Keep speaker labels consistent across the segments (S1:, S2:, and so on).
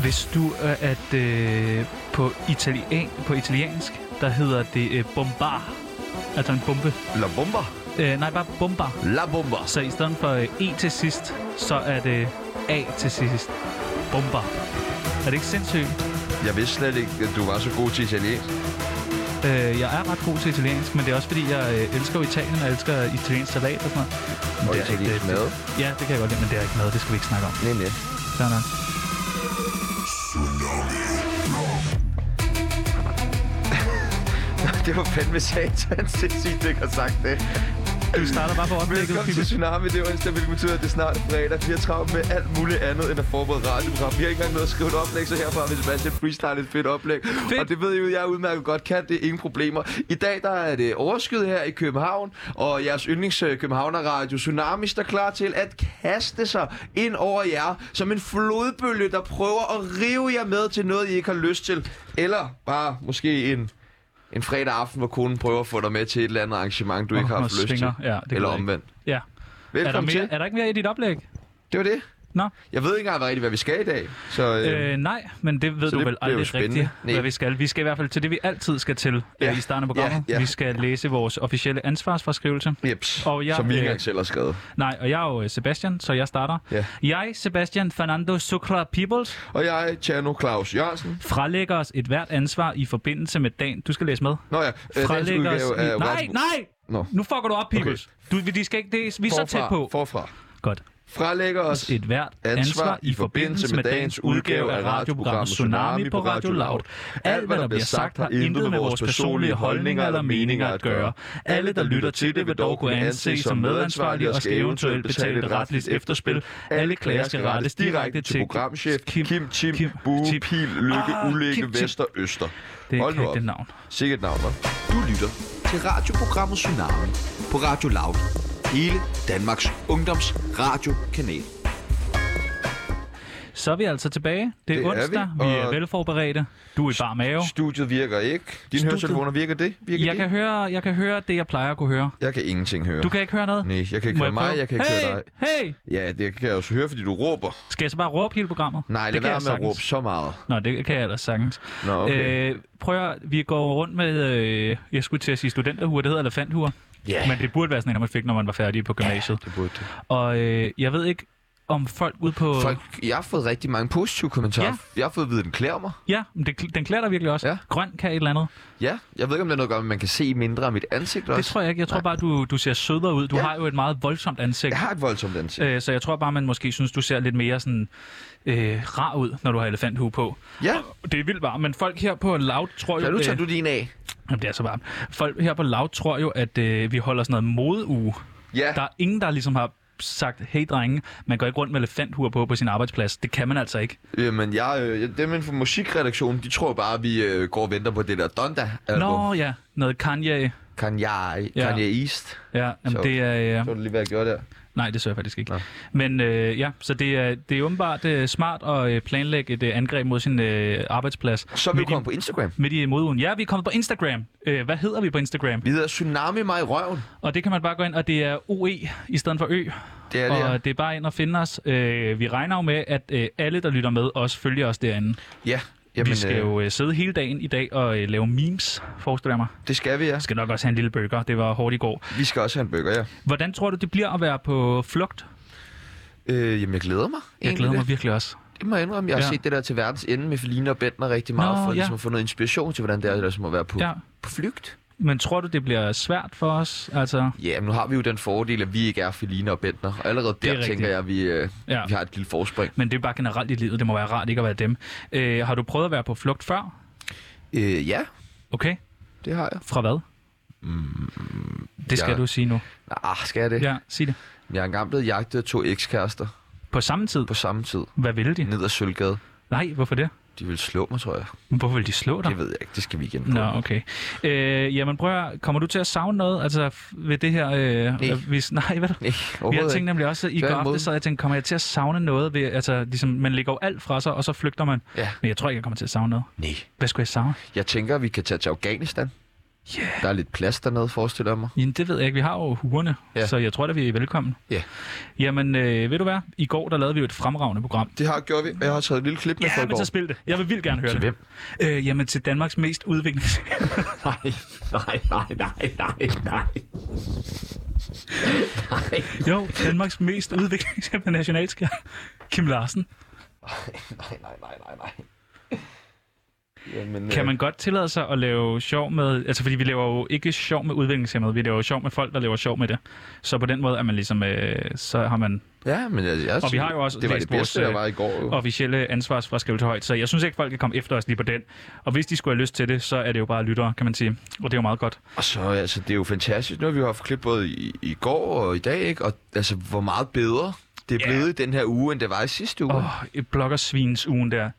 S1: Hvis du er at, øh, på, italian, på italiensk, der hedder det øh, bombar. Altså en bombe.
S2: La bomba.
S1: Øh, nej, bare bombar.
S2: La bomba.
S1: Så i stedet for øh, E til sidst, så er det A til sidst. Bombar. Er det ikke sindssygt?
S2: Jeg vidste slet ikke, at du var så god til italiensk.
S1: Øh, jeg er ret god til italiensk, men det er også fordi, jeg øh, elsker jo Italien, og jeg elsker italiensk salat og sådan noget. Men
S2: Og
S1: det er ikke
S2: italiensk
S1: det-
S2: mad.
S1: Ja, det kan jeg godt lide, men det er ikke mad. Det skal vi ikke snakke om.
S2: Nemlig.
S1: Fair nok.
S2: det var fandme satans sindssygt, ikke har sagt det.
S1: Du starter bare på oplægget,
S2: Velkommen til
S1: Fibe.
S2: Tsunami. Det er onsdag, hvilket betyder, at det er snart fredag. Vi har travlt med alt muligt andet end at forberede radioprogram. Vi har ikke engang noget at skrive et oplæg, så herfra vil Sebastian freestyle et fedt oplæg.
S1: Fedt.
S2: Og det ved I jo, jeg udmærket godt kan. Det er ingen problemer. I dag der er det overskyet her i København, og jeres yndlings øh, Københavnerradio Tsunami står klar til at kaste sig ind over jer som en flodbølge, der prøver at rive jer med til noget, I ikke har lyst til. Eller bare måske en en fredag aften, hvor konen prøver at få dig med til et eller andet arrangement, du ikke har
S1: Åh,
S2: haft lyst
S1: svinger.
S2: til.
S1: Ja, det gider
S2: eller
S1: jeg ikke.
S2: omvendt.
S1: Ja. Er der,
S2: Velkommen
S1: mere,
S2: til.
S1: er der ikke mere i dit oplæg?
S2: Det var det.
S1: Nå,
S2: Jeg ved ikke engang rigtigt, hvad vi skal i dag. Så øh,
S1: øh, nej, men det ved
S2: så
S1: du
S2: det
S1: vel
S2: bliver jo
S1: aldrig
S2: spændende.
S1: rigtigt,
S2: Nej.
S1: hvad vi skal. Vi skal i hvert fald til det, vi altid skal til
S2: Ja.
S1: ja. i starten af programmet.
S2: Ja, ja.
S1: Vi skal læse vores officielle ansvarsforskrivelse.
S2: jeps,
S1: og jeg-
S2: som vi ikke
S1: øh,
S2: engang selv har skrevet.
S1: Nej, og jeg er jo øh, Sebastian, så jeg starter.
S2: Ja.
S1: Jeg, Sebastian Fernando Sucra Peoples,
S2: Og jeg, Tjerno Claus Jørgensen.
S1: frelægger os et hvert ansvar i forbindelse med dagen. Du skal læse med.
S2: Nå ja, øh, dagens
S1: Frelægger os...
S2: udgave
S1: I...
S2: af
S1: Nej,
S2: Rasmus-
S1: nej!
S2: Nå.
S1: Nu fucker du op, Peoples. Okay. Du, de skal ikke, det, vi er så tæt på.
S2: Forfra.
S1: Godt.
S2: Frelægger os
S1: et hvert ansvar i forbindelse med dagens udgave af radioprogrammet Tsunami på Radio Loud. Alt, hvad der bliver sagt, har intet med vores personlige holdninger eller meninger at gøre. Alle, der lytter til det, vil dog kunne anses som medansvarlige og skal eventuelt betale et retligt efterspil. Alle klager skal rettes direkte til
S2: programchef Kim, Kim Tim, Kim, Bue,
S1: Chip.
S2: Pil, Lykke,
S1: Ah,
S2: Ulægge,
S1: Kim Tim.
S2: Vester, Øster.
S1: Det er
S2: Hold nu
S1: ikke
S2: op.
S1: det navn.
S2: Sikkert navn, hva'? Du lytter til radioprogrammet Tsunami på Radio Loud. Hele Danmarks Ungdoms Radiokanal.
S1: Så er vi altså tilbage. Det er
S2: Det er vi,
S1: onsdag. Vi er
S2: og-
S1: velforberedte. Du er i bar mave.
S2: Studiet virker ikke. Dine
S1: Studiet-
S2: høretelefoner virker det? Virker
S1: Jeg
S2: det?
S1: kan, høre, jeg kan høre det, jeg plejer at kunne høre.
S2: jeg kan ingenting høre.
S1: Du kan ikke høre noget?
S2: Nej, jeg kan ikke
S1: Må
S2: høre mig,
S1: prøve?
S2: jeg kan ikke
S1: hey,
S2: høre dig.
S1: Hey!
S2: Ja, det kan jeg også høre, fordi du råber.
S1: Skal jeg så bare råbe hele programmet?
S2: Nej, lad
S1: det kan
S2: være
S1: jeg
S2: med at
S1: sagtens.
S2: råbe så meget.
S1: Nå, det kan jeg ellers sagtens.
S2: Nå, okay.
S1: Øh, prøv at, vi går rundt med, øh, jeg skulle til at sige studenterhuer, det hedder elefanthuer.
S2: Ja.
S1: Men det burde være sådan en, man fik, når man var færdig på gymnasiet.
S2: Det burde det.
S1: Og øh, jeg ved ikke, om folk ude på...
S2: Folk, jeg har fået rigtig mange positive kommentarer.
S1: Ja.
S2: Jeg har fået at vide, at den klæder mig.
S1: Ja, men det, den klæder dig virkelig også.
S2: Ja.
S1: Grøn kan et eller andet.
S2: Ja, jeg ved ikke, om det er noget at gøre, men man kan se mindre af mit ansigt også.
S1: Det tror jeg ikke. Jeg tror bare, du, du ser sødere ud. Du
S2: Ja.
S1: har jo et meget voldsomt ansigt.
S2: Jeg har et voldsomt ansigt.
S1: Øh, så jeg tror bare, man måske synes, du ser lidt mere sådan øh, rar ud, når du har elefanthue på.
S2: Ja,
S1: Det er vildt varmt, men folk her på Loud tror jo...
S2: ja nu tager
S1: øh,
S2: du din af.
S1: Jamen, det er så varmt. Folk her på Loud tror jo, at øh, vi holder sådan noget modeuge.
S2: Ja,
S1: Der er ingen, der ligesom har sagt, hey drenge, man går ikke rundt med elefanthuer på på sin arbejdsplads. Det kan man altså ikke.
S2: Jamen, jeg, øh, dem inden for musikredaktionen, de tror bare, at vi øh, går og venter på det der Donda-album.
S1: Nå ja, noget Kanye.
S2: Kanye,
S1: Ja.
S2: Kanye East.
S1: Ja,
S2: Sjovt.
S1: jamen, det er... Øh,
S2: Så du lige, hvad jeg gjorde der.
S1: nej, det så jeg faktisk ikke.
S2: Nå.
S1: Men øh, ja, så det er, det er åbenbart øh, smart at øh, planlægge et øh, angreb mod sin øh, arbejdsplads.
S2: Så er vi
S1: midt i-
S2: kommet på Instagram.
S1: Midt i modeugen. Ja, vi er kommet på Instagram. Øh, hvad hedder vi på Instagram?
S2: Vi hedder Tsunami mig i røven.
S1: Og det kan man bare gå ind, og det er OE i stedet for Ø.
S2: Det er det her.
S1: og det er bare ind og finde os. Øh, vi regner jo med, at øh, alle, der lytter med, også følger os derinde.
S2: Ja,
S1: Jamen,
S2: jamen,
S1: vi skal
S2: øh,
S1: jo øh, sidde hele dagen i dag og øh, lave memes, forestiller jeg mig.
S2: det skal vi, ja.
S1: Jeg skal nok også have en lille burger, det var hårdt i går.
S2: Vi skal også have en burger, ja.
S1: Hvordan tror du, det bliver at være på flugt?
S2: Øh, jamen, jeg glæder mig.
S1: Jeg
S2: egentlig
S1: glæder
S2: lidt.
S1: mig virkelig også.
S2: Det må jeg indrømme. Jeg har ja.
S1: Ja.
S2: set det der til verdens ende med Feline og Bentner rigtig meget, Nå,
S1: Nå,
S2: for
S1: ja.
S2: ligesom at få noget inspiration til, hvordan det er ligesom at være på, ja.
S1: Ja.
S2: på flygt.
S1: Men tror du, det bliver svært for os? Altså,
S2: Ja, men nu har vi jo den fordel, at vi ikke er Feline og Bentner. Og allerede der
S1: er
S2: tænker
S1: rigtigt.
S2: jeg, at vi, øh, ja.
S1: Ja.
S2: vi har et lille forspring.
S1: men det er bare generelt i livet, det må være rart ikke at være dem. Øh, har du prøvet at være på flugt før?
S2: Øh, ja,
S1: Okay,
S2: det har jeg.
S1: fra hvad? Det skal
S2: Mm, jeg-
S1: du sige nu.
S2: Ah, skal jeg det? Ja.
S1: Ja, sig det.
S2: Jeg er engang blevet jagtet af to ekskærester
S1: På samme tid?
S2: på samme tid.
S1: Hvad ville de?
S2: Ned ad Sølvgade.
S1: Nej, hvorfor det?
S2: De ville slå mig, tror jeg.
S1: Hvorfor ville de slå dig?
S2: Det ved jeg ikke. Det skal vi igen på.
S1: Nå, okay. Øh, jamen prøv at, høre, kommer du til at savne noget altså, f- ved det her? Øh,
S2: Nej.
S1: at vi, nej, hvad?
S2: Nej,
S1: Jeg
S2: overhovedet
S1: tænkte
S2: ikke.
S1: nemlig også, at i går
S2: Tværtimod.
S1: aftes, så jeg tænkte, kommer jeg til at savne noget? Ved, altså, ligesom, man lægger jo alt fra sig, og så flygter man.
S2: Ja.
S1: Men jeg tror ikke, jeg kommer til at savne noget.
S2: Nej.
S1: Hvad skulle jeg savne?
S2: Jeg tænker, at vi kan tage til Afghanistan. Yeah. Der er lidt plads dernede, forestiller jeg mig.
S1: Jamen, det ved jeg ikke. Vi har jo hugerne,
S2: Ja.
S1: ja. så jeg tror da, vi er velkommen.
S2: Ja.
S1: Jamen, øh, ved du hvad? I går, der lavede vi jo et fremragende program.
S2: Det har gjort vi. Jeg har taget et lille klip med
S1: Ja,
S2: folk
S1: men så
S2: over.
S1: spil det. Jeg vil vildt gerne høre
S2: Til
S1: det. Hvem? Øh, jamen, til Danmarks mest udviklings...
S3: Nej, nej, nej, nej, nej, nej. Nej,
S1: jo, Danmarks mest udviklingshemmede nationalskær. Kim Larsen.
S3: nej, nej, nej, nej, nej. øh,
S2: Jamen,
S1: Kan man godt tillade sig at lave sjov med... Altså, fordi vi laver jo ikke sjov med udviklingshemmede. Vi laver jo sjov med folk, der laver sjov med det. Så på den måde er man ligesom... Øh, så har man
S2: Ja, men jeg, jeg
S1: Og vi
S2: synes,
S1: har jo også
S2: det var det
S1: læst
S2: bedste,
S1: vores,
S2: der
S1: øh,
S2: var i går. Jo.
S1: officielle ansvarsfraskrivel til højt. Så jeg synes ikke, folk kan komme efter os lige på den. Og hvis de skulle have lyst til det, så er det jo bare lyttere, kan man sige. Og det er jo meget godt.
S2: Og så, altså, det er jo fantastisk. Nu har vi jo haft klip både i, i går og i dag, ikke? Og altså, hvor meget bedre det er
S1: Ja.
S2: blevet i den her uge, end det var i sidste uge.
S1: Åh, oh, et bloggersvinsugen der.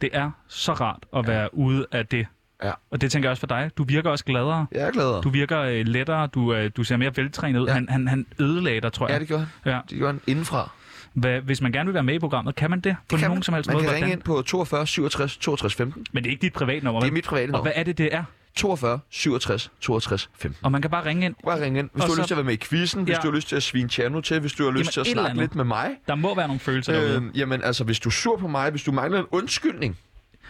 S1: Det er så rart at være ude af det.
S2: Ja.
S1: Og det tænker jeg også for dig. Du virker også gladere.
S2: Jeg er glad.
S1: Du virker øh, lettere. Du, øh, du ser mere veltrænet ud.
S2: Ja.
S1: Ja. Han, han, han ødelagde dig, tror jeg.
S2: Ja, det gjorde han.
S1: Ja.
S2: Det gjorde han indenfra.
S1: Hvad, hvis man gerne vil være med i programmet, kan man det på
S2: kan
S1: nogen
S2: man.
S1: som helst
S2: man
S1: måde?
S2: kan ringe
S1: Hvordan?
S2: ind på 42 67 62 15.
S1: Men det er ikke dit privatnummer,
S2: Det er
S1: vel?
S2: mit private
S1: Og hvad
S2: nummer.
S1: er det, det er?
S2: 42 67 62 15.
S1: Og man kan bare ringe ind.
S2: Bare ring ind. Hvis
S1: Og
S2: du har
S1: så-
S2: lyst til at være med i quizzen, hvis
S1: Ja.
S2: du har lyst til at svine Tjerno til, hvis du har lyst
S1: Jamen,
S2: til at
S1: et eller
S2: snakke
S1: andet.
S2: lidt med mig.
S1: Der må være nogle følelser øh, derude.
S2: Øh, jamen altså, hvis du er sur på mig, hvis du mangler en undskyldning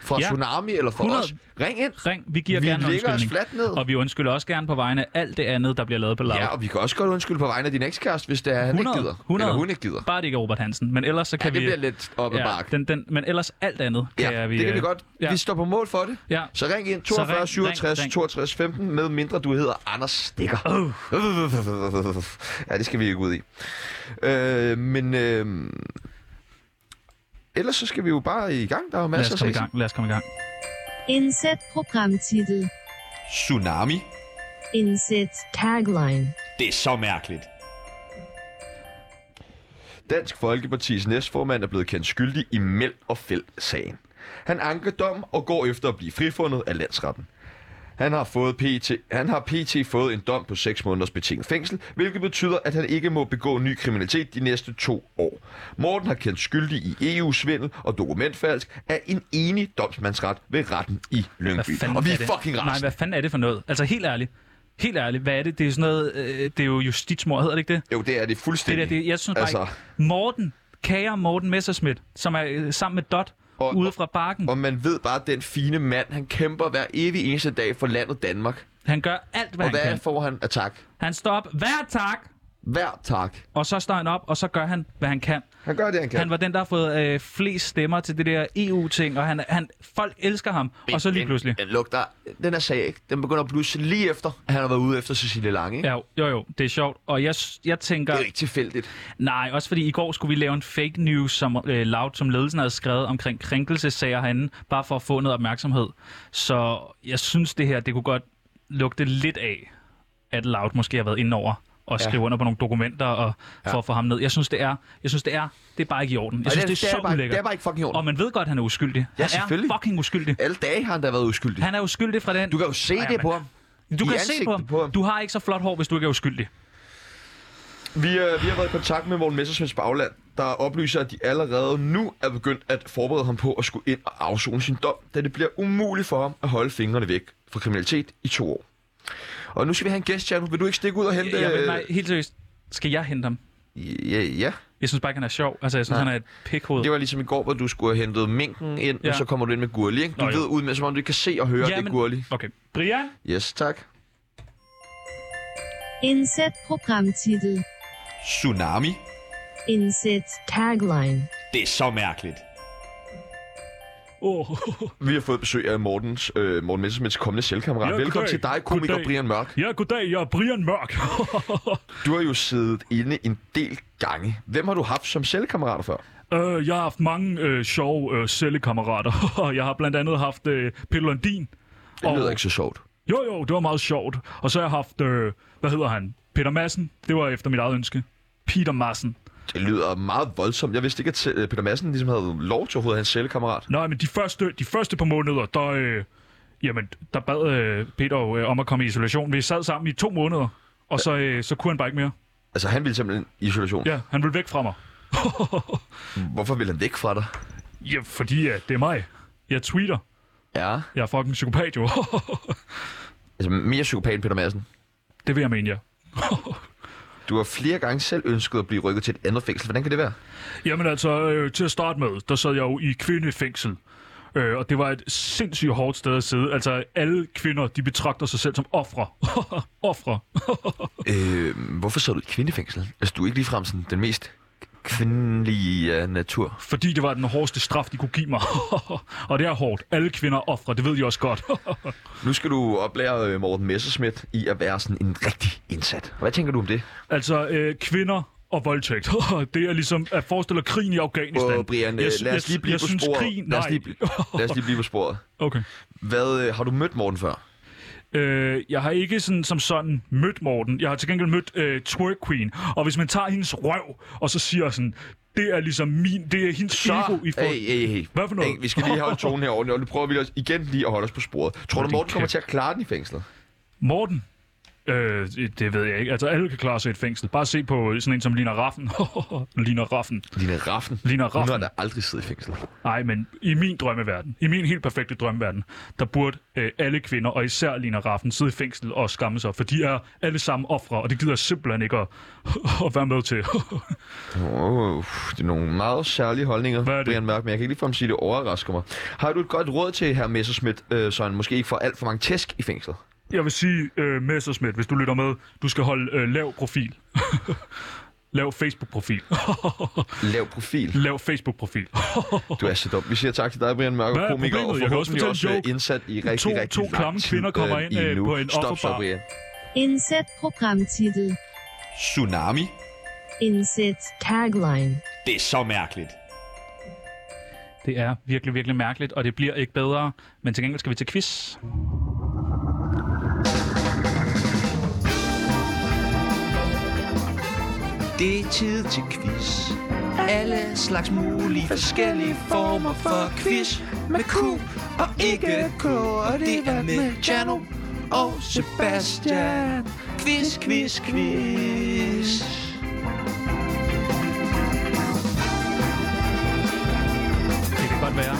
S2: fra
S1: Ja.
S2: Tsunami eller fra
S1: 100.
S2: os, ring ind.
S1: Ring, vi giver
S2: vi
S1: gerne en
S2: lægger os
S1: undskyldning.
S2: fladt ned.
S1: Og vi undskylder også gerne på vegne af alt det andet, der bliver lavet på lavet.
S2: Ja, og vi kan også godt undskylde på vegne af din ekskæreste, hvis det er, han
S1: 100,
S2: ikke gider.
S1: 100.
S2: Eller hun ikke gider.
S1: Bare det ikke er Robert Hansen, men ellers så
S2: Ja,
S1: kan
S2: det
S1: vi...
S2: bliver lidt op ad ja, bakken.
S1: den, den, men ellers alt andet kan
S2: Ja,
S1: jeg, vi...
S2: det kan vi
S1: øh,
S2: godt.
S1: ja.
S2: Vi står på mål for det.
S1: Ja.
S2: Så ring ind
S1: Så ring,
S2: 42 67
S1: ring, ring.
S2: 62 15, med mindre du hedder Anders Stikker.
S1: Uh,
S2: Ja, det skal vi ikke ud i. Øh, men øh, ellers så skal vi jo bare i gang. Der er jo
S1: lad os
S2: masser
S1: komme i
S2: af sex.
S1: gang, lad os komme i gang.
S4: Inset Programmtitel.
S2: Tsunami.
S4: Inset Tagline.
S3: Det er så mærkeligt.
S2: Dansk Folkepartis næstformand er blevet kendt skyldig i Meld og Fæld-sagen. Han anker dom og går efter at blive frifundet af landsretten. Han har, fået PT, han har PT fået en dom på 6 måneders betinget fængsel, hvilket betyder, at han ikke må begå ny kriminalitet de næste to år. Morten har kendt skyldig i EU-svindel og dokumentfalsk af en enig domsmandsret ved retten i
S1: Hvad
S2: Lyngby.
S1: fanden
S2: Og vi
S1: er
S2: er
S1: det?
S2: fucking
S1: Nej,
S2: rasende.
S1: hvad fanden er det for noget? Altså helt ærligt. Helt ærligt, hvad er det? Det er sådan noget... Øh, det er jo justitsmord, hedder det ikke det?
S2: Jo, det er det
S1: Det der,
S2: fuldstændig.
S1: det, jeg synes bare
S2: Altså.
S1: altså... Morten, kære Morten Messerschmidt, som er øh, sammen med Dot
S2: Og-
S1: ude fra Barken.
S2: Og man ved bare, at den fine mand, han kæmper hver evig eneste dag for landet Danmark.
S1: Han gør alt, hvad
S2: Og
S1: han
S2: hvad
S1: kan.
S2: får han af tak?
S1: Han står op hver tak,
S2: Hver tak.
S1: og så står han op, og så gør han, hvad han kan.
S2: Han gør det, han kan.
S1: Han var den, der har fået øh, flest stemmer til det der EU-ting, og han, han, folk elsker ham. og så lige pludselig.
S2: Den, den lugter, den er sag, ikke? Den begynder at blusse lige efter, at han har været ude efter Cecilie Lange, ikke?
S1: Ja, jo, jo, jo, det er sjovt. Og jeg, jeg tænker,
S2: Det er jo ikke tilfældigt.
S1: nej, også fordi i går skulle vi lave en fake news, som øh, Loud, som ledelsen havde skrevet omkring krænkelsesager herinde, bare for at få noget opmærksomhed. Så jeg synes, det her, det kunne godt lugte lidt af, at Loud måske har været inde over og skrive under på nogle dokumenter og for at få ham ned. Jeg synes, det er, jeg synes, det er, det er bare ikke i orden. Jeg
S2: Og
S1: synes, det, er,
S2: det,
S1: så
S2: er bare, det
S1: ulækkert.
S2: er bare ikke fucking
S1: Og
S2: ordentligt.
S1: man ved godt, at han er uskyldig.
S2: Ja,
S1: han
S2: selvfølgelig.
S1: er fucking uskyldig.
S2: Alle dage har han da været uskyldig.
S1: Han er uskyldig fra den.
S2: Du kan jo se
S1: Ej,
S2: det
S1: men-
S2: på ham.
S1: Du kan se
S2: i
S1: på
S2: ansigtet
S1: ham.
S2: på ham.
S1: Du har ikke så flot hår, hvis du ikke er uskyldig.
S2: Vi, øh, vi har været i kontakt med Morten Messersmiths bagland, der oplyser, at de allerede nu er begyndt at forberede ham på at skulle ind og afzone sin dom, da det bliver umuligt for ham at holde fingrene væk fra kriminalitet i to år. Og nu skal vi have en gæst, Tjerno. Vil du ikke stikke ud og hente...
S1: Jeg,
S2: øh,
S1: men, nej, helt seriøst. Skal jeg hente ham?
S2: Ja, ja.
S1: Jeg synes bare ikke, han er sjov. Altså, jeg synes,
S2: Nej.
S1: han er et pikhoved.
S2: Det var ligesom i går, hvor du skulle have hentet minken ind,
S1: Ja.
S2: ja. og så kommer du ind med Gurli, ikke? Du
S1: Nå,
S2: Nå,
S1: jo.
S2: ved ud med, som om du ikke kan se og høre, ja, det er
S1: men-
S2: Gurli.
S1: Okay. Brian?
S2: Yes, tak.
S4: Inset Programmtitel.
S2: Tsunami.
S4: Inset Tagline.
S3: Det er så mærkeligt.
S1: Oh.
S2: Vi har fået besøg af Mortens, øh, Morten Messersmiths kommende selvkammerat.
S1: Ja,
S2: Ja,
S1: goddag.
S2: Velkommen til dig, komiker
S1: Goddag.
S2: Brian Mørk.
S1: Ja, goddag. Jeg er Brian Mørk.
S2: Du har jo siddet inde en del gange. Hvem har du haft som selvkammerater før?
S1: uh, jeg har haft mange uh, sjove uh, cellekammerater. jeg har blandt andet haft uh, Peter Lundin.
S2: Det lyder ikke så sjovt.
S1: Jo, jo, det var meget sjovt. Og så har jeg haft, øh, hvad hedder han? Peter Madsen. Det var efter mit eget ønske. Peter Madsen.
S2: Det lyder meget voldsomt. Jeg vidste ikke, at øh, Peter Madsen ligesom havde lov til overhovedet at have en selvkammerat.
S1: Nej, men de første, de første par måneder, der, øh, jamen, der bad øh, Peter jo, øh, om at komme i isolation. Vi sad sammen i to måneder, og så, øh, så kunne han bare ikke mere.
S2: Altså, han ville simpelthen i isolation. Ja.
S1: Ja, han ville væk fra mig.
S2: Hvorfor ville han væk fra dig?
S1: Ja, fordi øh, det er mig. Jeg tweeter.
S2: Ja.
S1: Jeg er fucking psykopat, jo.
S2: Altså mere psykopat end Peter Madsen.
S1: Det vil jeg mene, ja.
S2: Du har flere gange selv ønsket at blive rykket til et andet fængsel. Hvordan kan det være?
S1: Jamen altså, øh, til at starte med, der sad jeg jo i kvindefængsel. Øh, og det var et sindssygt hårdt sted at sidde. Altså, alle kvinder, de betragter sig selv som ofre. ofre.
S2: Øh, hvorfor sad du i kvindefængsel? Altså, du er ikke ligefrem sådan den mest kvindelige af natur.
S1: Fordi det var den hårdeste straf, de kunne give mig. og det er hårdt. Alle kvinder er ofre, det ved de også godt.
S2: Nu skal du oplære øh, Morten Messerschmidt i at være sådan en rigtig indsat. Hvad tænker du om det?
S1: altså, øh, kvinder og voldtægt. det er ligesom, at forestiller krigen i Afghanistan.
S2: Åh, Brian, øh,
S1: Jeg sy-
S2: lad os
S1: jeg-
S2: lige blive
S1: jeg
S2: på
S1: synes,
S2: sporet.
S1: krigen-
S2: lad, os
S1: nej.
S2: lige, bl- lad os lige blive på sporet.
S1: Okay.
S2: Hvad, øh, har du mødt Morten før?
S1: Øh, jeg har ikke sådan, som sådan mødt Morten. Jeg har til gengæld mødt øh, Twerk Queen. Og hvis man tager hendes røv, og så siger sådan, det er ligesom min, det er hendes ego i forhold...
S2: hey, hey, hey.
S1: Hvad for noget?
S2: Hey, vi skal lige have en tone her ordentligt, og nu prøver vi også igen lige at holde os på sporet. Tror du,
S1: Hold din
S2: Morten kommer
S1: kæft.
S2: til at klare den i fængslet?
S1: Morten? Øh, det ved jeg ikke. Altså, alle kan klare sig i et fængsel. Bare se på sådan en som Lina Raffen. Lina Raffen.
S2: Lina Raffen.
S1: Lina
S2: Hun har
S1: Raffen.
S2: da aldrig siddet i fængsel.
S1: Nej, men i min drømmeverden, i min helt perfekte drømmeverden, der burde øh, alle kvinder, og især Lina Raffen, sidde i fængsel og skamme sig, for de er alle sammen ofre, og det gider jeg simpelthen ikke at, at være med til.
S2: Oh, det er nogle meget særlige holdninger,
S1: Hvad er det?
S2: Brian Mørk, men jeg kan ikke lige få ham sige, det overrasker mig. Har du et godt råd til her Messerschmidt, øh, så han måske ikke får alt for mange tæsk i fængslet?
S1: Jeg vil sige, øh, Messerschmidt, hvis du lytter med, du skal holde øh, lav profil. lav Facebook-profil.
S2: Lav profil.
S1: lav Facebook-profil.
S2: Du er så dum. Vi siger tak til dig, Brian Mørk,
S1: Hvad er
S2: komiker, og
S1: problemet? Jeg kan også
S2: forhåbentlig også,
S1: fortælle en
S2: øh, indsat i rigtig,
S1: To-
S2: rigtig
S1: to
S2: lang
S1: klamme
S2: tid,
S1: kvinder kommer
S2: øh,
S1: ind,
S2: i
S1: øh,
S2: nu.
S1: på en
S2: Stop så,
S1: offerbar.
S2: Brian.
S4: Inset programtitel.
S2: Tsunami.
S4: Inset tagline.
S3: Det er så mærkeligt.
S1: Det er virkelig, virkelig mærkeligt, og det bliver ikke bedre. Men til gengæld skal vi til quiz.
S5: Det er tid til quiz. Alle slags mulige forskellige former for quiz. Med Q og ikke K. Og det er med Chano og Sebastian. Quiz, quiz, quiz.
S1: Det kan godt være,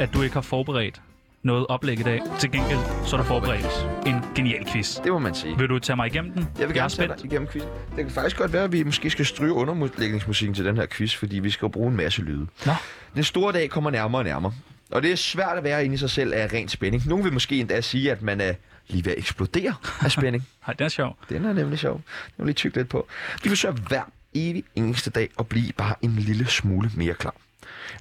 S1: at du ikke har forberedt noget oplæg i dag. Til gengæld, så er der forberedt en genial quiz.
S2: Det må man sige.
S1: Vil du tage mig igennem den?
S2: Jeg vil
S1: jeg er
S2: gerne tage
S1: spændt.
S2: dig igennem quizzen. Det kan faktisk godt være, at vi måske skal stryge underlægningsmusikken til den her quiz, fordi vi skal jo bruge en masse lyde.
S1: Nå.
S2: Den store dag kommer nærmere og nærmere. Og det er svært at være inde i sig selv af ren spænding. Nogle vil måske endda sige, at man er lige ved at eksplodere af spænding.
S1: Hej, det er sjovt.
S2: Den er nemlig sjov. Den vil lige tykke lidt på. Vi forsøger hver evig eneste dag at blive bare en lille smule mere klar.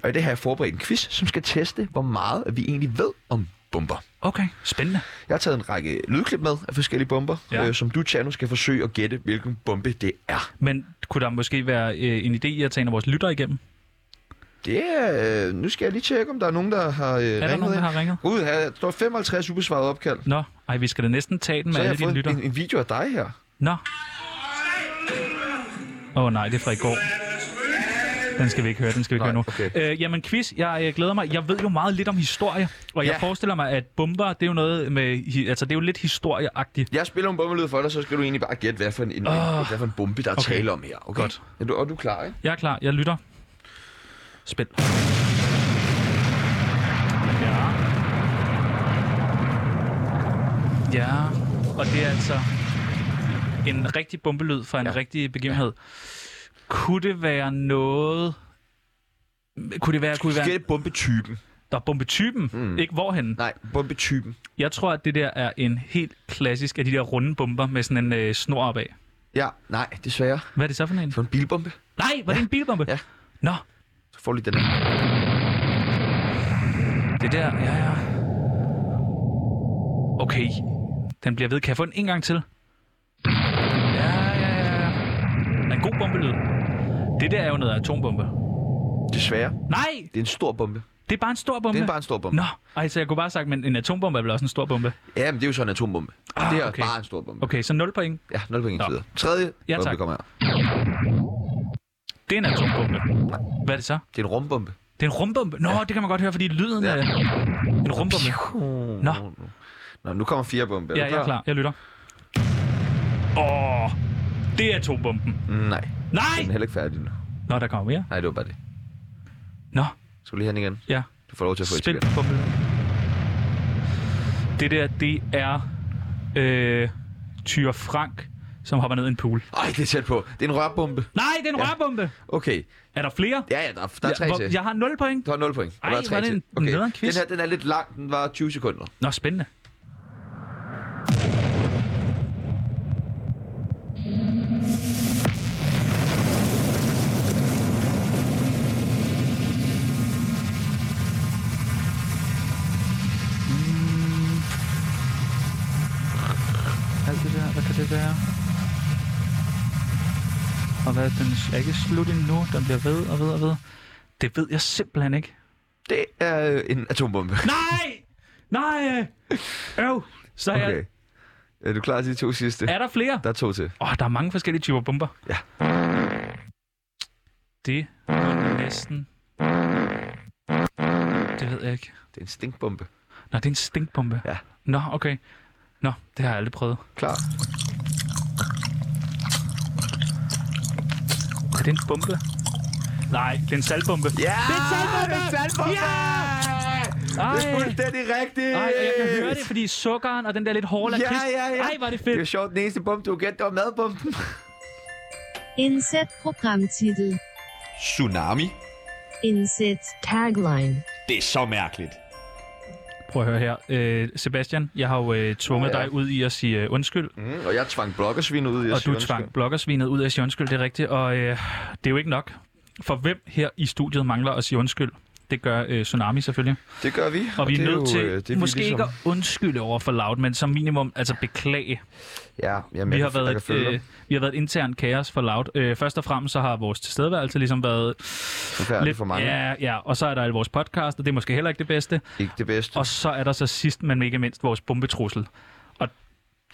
S2: Og i det har jeg forberedt en quiz, som skal teste, hvor meget vi egentlig ved om bomber.
S1: Okay, spændende.
S2: Jeg har taget en række lydklip med af forskellige bomber,
S1: Ja.
S2: ja. øh, som du, Tjerno, skal forsøge at gætte, hvilken bombe det er.
S1: Men kunne der måske være øh, en idé i at tage en af vores lytter igennem?
S2: Det er, øh, nu skal jeg lige tjekke, om der er nogen, der har øh,
S1: Er der nogen, der har ringet?
S2: Ud, her står 55 ubesvarede opkald.
S1: Nå, ej, vi skal da næsten tage den
S2: Så
S1: med
S2: har
S1: alle
S2: jeg
S1: dine
S2: fået
S1: lytter.
S2: en, en video af dig her.
S1: Nå. Åh oh, nej, det er fra i går. Den skal vi ikke høre, den skal vi ikke
S2: Nej,
S1: høre nu.
S2: okay.
S1: Øh, jamen quiz, jeg øh, glæder mig. Jeg ved jo meget lidt om historie, og ja. jeg
S2: Ja.
S1: forestiller mig, at bomber, det er jo noget med, hi- altså det er jo lidt historieagtigt.
S2: Jeg spiller en bommelyd for dig, så skal du egentlig bare gætte, hvad for en, en,
S1: Åh.
S2: hvad for en bombe, der er
S1: Okay.
S2: tale om her. Okay?
S1: Godt.
S2: Er du, og du er klar, ikke?
S1: Jeg er klar, jeg lytter. Spil. Ja. Ja, og det er altså en rigtig bombelyd fra en ja. rigtig begivenhed. Kunne det være noget... Kunne det være... Kunne det være
S2: Gæt bombetypen.
S1: der er bombetypen, mm. ikke hvorhen.
S2: Nej, bombetypen.
S1: Jeg tror, at det der er en helt klassisk af de der runde bomber med sådan en øh, snor opad.
S2: Ja, nej, desværre.
S1: Hvad er det så for en?
S2: For en bilbombe.
S1: Nej, var det en bilbombe?
S2: Ja.
S1: Nå,
S2: Så får du lige den her.
S1: Det der, ja, ja. Okay, den bliver ved. Kan jeg få den en gang til? Ja, ja, ja, ja. Det er en god bombelyd. Det der er jo noget atombombe.
S2: Desværre.
S1: Nej,
S2: Det er en stor bombe.
S1: det er bare en stor bombe.
S2: Det er bare en stor bombe.
S1: Nå, ej, så jeg kunne bare have sagt, men en atombombe er vel også en stor bombe.
S2: Ja, men det er jo så en atombombe.
S1: Ah,
S2: det er
S1: okay.
S2: bare en stor bombe.
S1: Okay, så 0 point.
S2: Ja, 0 point
S1: Nå.
S2: til videre. Tredje
S1: Ja,
S2: bombe
S1: tak.
S2: kommer her.
S1: Det er en atombombe. Hvad er det så?
S2: Det er en rumbombe.
S1: Det er en rumbombe. Nå, ja. det kan man godt høre, fordi lyden ja.
S2: Ja.
S1: er en rumbombe. Nå,
S2: Nå, nu kommer fire bombe.
S1: ja, jeg er klar. Jeg lytter. Åh, det er atombomben.
S2: Mm, Nej,
S1: Nej!
S2: den er heller ikke færdig nu.
S1: Nå, der kommer mere.
S2: Nej, det var bare det.
S1: Nå,
S2: Skal du lige have den igen?
S1: ja.
S2: Du får lov til at få et
S1: Spil
S2: igen.
S1: på møllen. Det der, det er øh, Tyre Frank, som hopper ned i en pool.
S2: Ej, det er tæt på. Det er en rørbombe.
S1: Nej, det er en ja. rørbombe!
S2: Okay.
S1: Er der flere?
S2: Ja, ja, der, er- der er tre
S1: hvor-
S2: til.
S1: Jeg har 0 point.
S2: Du har 0 point. og
S1: Ej,
S2: der er tre
S1: hvor er det
S2: til.
S1: en nederen quiz.
S2: Den her den er lidt lang. Den var 20 sekunder.
S1: Nå, spændende. Mm. Alt det der, hvad kan det være? Og hvad, den er ikke slut endnu, den bliver ved og ved og ved. Det ved jeg simpelthen ikke.
S2: Det er øh, en atombombe.
S1: Nej! Nej! Øv! Så er,
S2: Okay.
S1: okay.
S2: Er du klar til de to sidste?
S1: er der flere?
S2: Der er to til.
S1: Åh, oh, der er mange forskellige typer bomber.
S2: Ja.
S1: Det er næsten... Det ved jeg ikke.
S2: Det er en stinkbombe.
S1: Nå, det er en stinkbombe.
S2: Ja.
S1: Nå, okay. Nå, det har jeg aldrig prøvet.
S2: Klar.
S1: Er det en bombe? Nej, det er en saltbombe.
S2: Ja!
S1: Det er en saltbombe!
S2: Det er en saltbombe!
S1: Ja!
S2: Det er
S1: Ej!
S2: fuldstændig rigtigt!
S1: Ej, og jeg kan høre det, fordi sukkeren og den der lidt hårde
S2: Ja,
S1: lakrids...
S2: ja, ja.
S1: Ej, var det
S2: Det er
S1: fedt.
S2: sjovt, den eneste bombe, du har gæt, det var madbomben.
S4: Inset Programmtitel.
S5: Tsunami.
S4: Inset Tagline.
S5: Det er så mærkeligt.
S1: Prøv at høre her. Øh, Sebastian, jeg har jo øh, tvunget
S2: Ja,
S1: ja,
S2: ja.
S1: dig ud i at sige øh, undskyld.
S2: Mm, og jeg tvang blokkersvin ud i at
S1: Og
S2: sige
S1: du
S2: undskyld.
S1: tvang bloggersvinet ud af at sige undskyld, det er rigtigt. Og øh, det er jo ikke nok. For hvem her i studiet mangler at sige undskyld? Det gør øh, Tsunami selvfølgelig.
S2: Det gør vi.
S1: Og, og vi
S2: det
S1: er nødt
S2: jo,
S1: til,
S2: øh,
S1: øh,
S2: det er vi
S1: måske ikke at undskylde over for Loud, men som minimum altså beklage.
S2: Ja, jamen,
S1: vi,
S2: jeg
S1: har
S2: kan- jeg kan
S1: været
S2: følge
S1: et,
S2: dig.
S1: øh, vi har været et internt kaos for Loud. Øh, først og fremmest så har vores tilstedeværelse ligesom været
S2: Forfærdeligt for mange.
S1: Ja, ja, og så er der alle vores podcast, og det er måske heller ikke det bedste.
S2: Ikke det bedste.
S1: Og så er der så sidst, men ikke mindst, vores bombetrussel. Og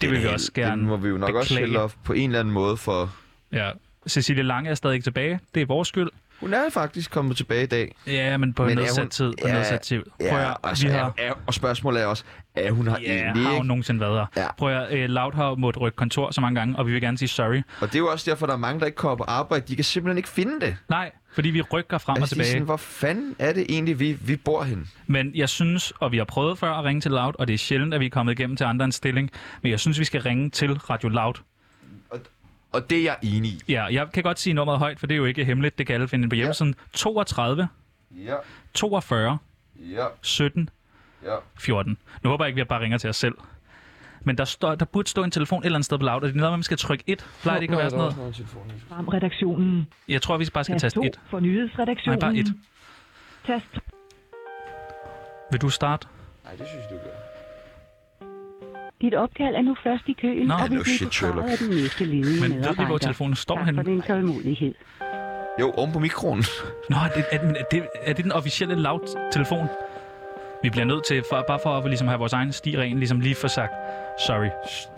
S1: det vil vi
S2: Den-
S1: også gerne
S2: Den må vi jo nok også
S1: beklage.
S2: hælde op på en eller anden måde, for
S1: Ja. Cecilie Lange er stadig ikke tilbage. Det er vores skyld.
S2: hun er faktisk kommet tilbage i dag.
S1: Ja, men på
S2: Men
S1: men
S2: er
S1: nedsat
S2: hun-
S1: hun... tid. På
S2: Ja,
S1: ja, nedsat tid. Prøv at,
S2: Ja,
S1: ja,
S2: og,
S1: vi
S2: så
S1: har...
S2: er, er, og spørgsmålet er også, er hun her
S1: Ja,
S2: egentlig,
S1: har hun
S2: ikke?
S1: nogensinde været her?
S2: Ja.
S1: Prøv at uh, Loud har måttet rykke kontor så mange gange, og vi vil gerne sige sorry.
S2: Og det er jo også derfor, der er mange, der ikke kommer på arbejde. De kan simpelthen ikke finde det.
S1: Nej, fordi vi rykker frem og
S2: Altså, de er
S1: tilbage.
S2: sådan, hvor fanden er det egentlig, vi, vi bor henne?
S1: Men jeg synes, og vi har prøvet før at ringe til Loud, og det er sjældent, at vi er kommet igennem til andre end stilling, men jeg synes, vi skal ringe til Radio Loud.
S2: Og det er jeg enig i.
S1: Ja, jeg kan godt sige nummeret højt, for det er jo ikke hemmeligt. Det kan alle finde på hjemmesiden. 32
S2: Ja,
S1: 42
S2: ja,
S1: 17
S2: ja.
S1: 14. Nu håber jeg ikke, vi bare ringer til os selv. Men der, står, der burde stå en telefon et eller andet sted på laut, og det er noget, med, at man skal trykke 1. Plejer det ikke at være sådan noget?
S6: Program redaktionen.
S1: Jeg tror, vi bare skal
S6: Tast
S1: taste
S6: 2
S1: 1.
S6: for
S1: Nej,
S6: nyhedsredaktionen.
S1: bare 1.
S6: Tast
S1: Vil du starte?
S2: Nej, det synes jeg, du gør.
S6: Dit opkald er nu først i køen,
S1: Nå.
S6: og
S2: Nå,
S6: vil blive
S2: shit, Sherlock.
S6: besvaret af den næste ledige
S1: Men ved vi,
S6: medarbejder.
S1: hvor telefonen står
S6: Tak for
S1: henne?
S6: din tålmodighed.
S2: Jo, oven på mikroen.
S1: Nå, er det, er, den- er, det, er det den officielle laut-telefon? Vi bliver nødt til, for, bare for at ligesom have vores egen sti ren, ligesom lige for sagt, sorry.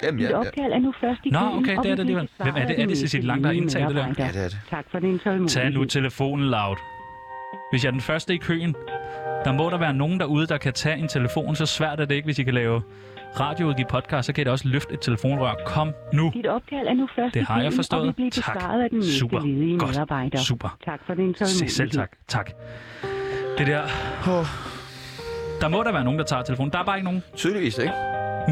S2: Jamen,
S6: Dit
S2: ja, ja.
S6: opkald er nu først i
S1: Nå,
S6: køen,
S1: okay,
S6: og
S1: det er
S6: vil
S1: det
S6: blive
S1: alligevel.
S6: besvaret
S1: Hvem er det?
S6: af
S1: Er
S6: den
S1: det Cecilie
S6: næste
S1: Lange, der har
S6: ledige
S1: indtalt det der?
S6: medarbejder.
S2: Ja, det er det.
S6: Tak for din tålmodighed.
S1: Tag nu telefonen loud. Hvis jeg er den første i køen, der må der være nogen derude, der kan tage en telefon. Så svært er det ikke, hvis I kan lave radio i podcast, så kan I da også løfte et telefonrør. Kom nu.
S6: Dit opkald er nu først
S1: Det
S6: i
S1: har jeg
S6: køen, og
S1: forstået.
S6: vil blive
S1: Tak.
S6: besvaret af den næste
S1: Super.
S6: ledige
S1: Godt.
S6: medarbejder.
S1: Super.
S6: Tak for din
S1: Se,
S6: tålmodighed.
S1: selv tak. Tak. Det der... Der må der være nogen, der tager telefonen. Der er bare ikke nogen.
S2: Tydeligvis, ikke?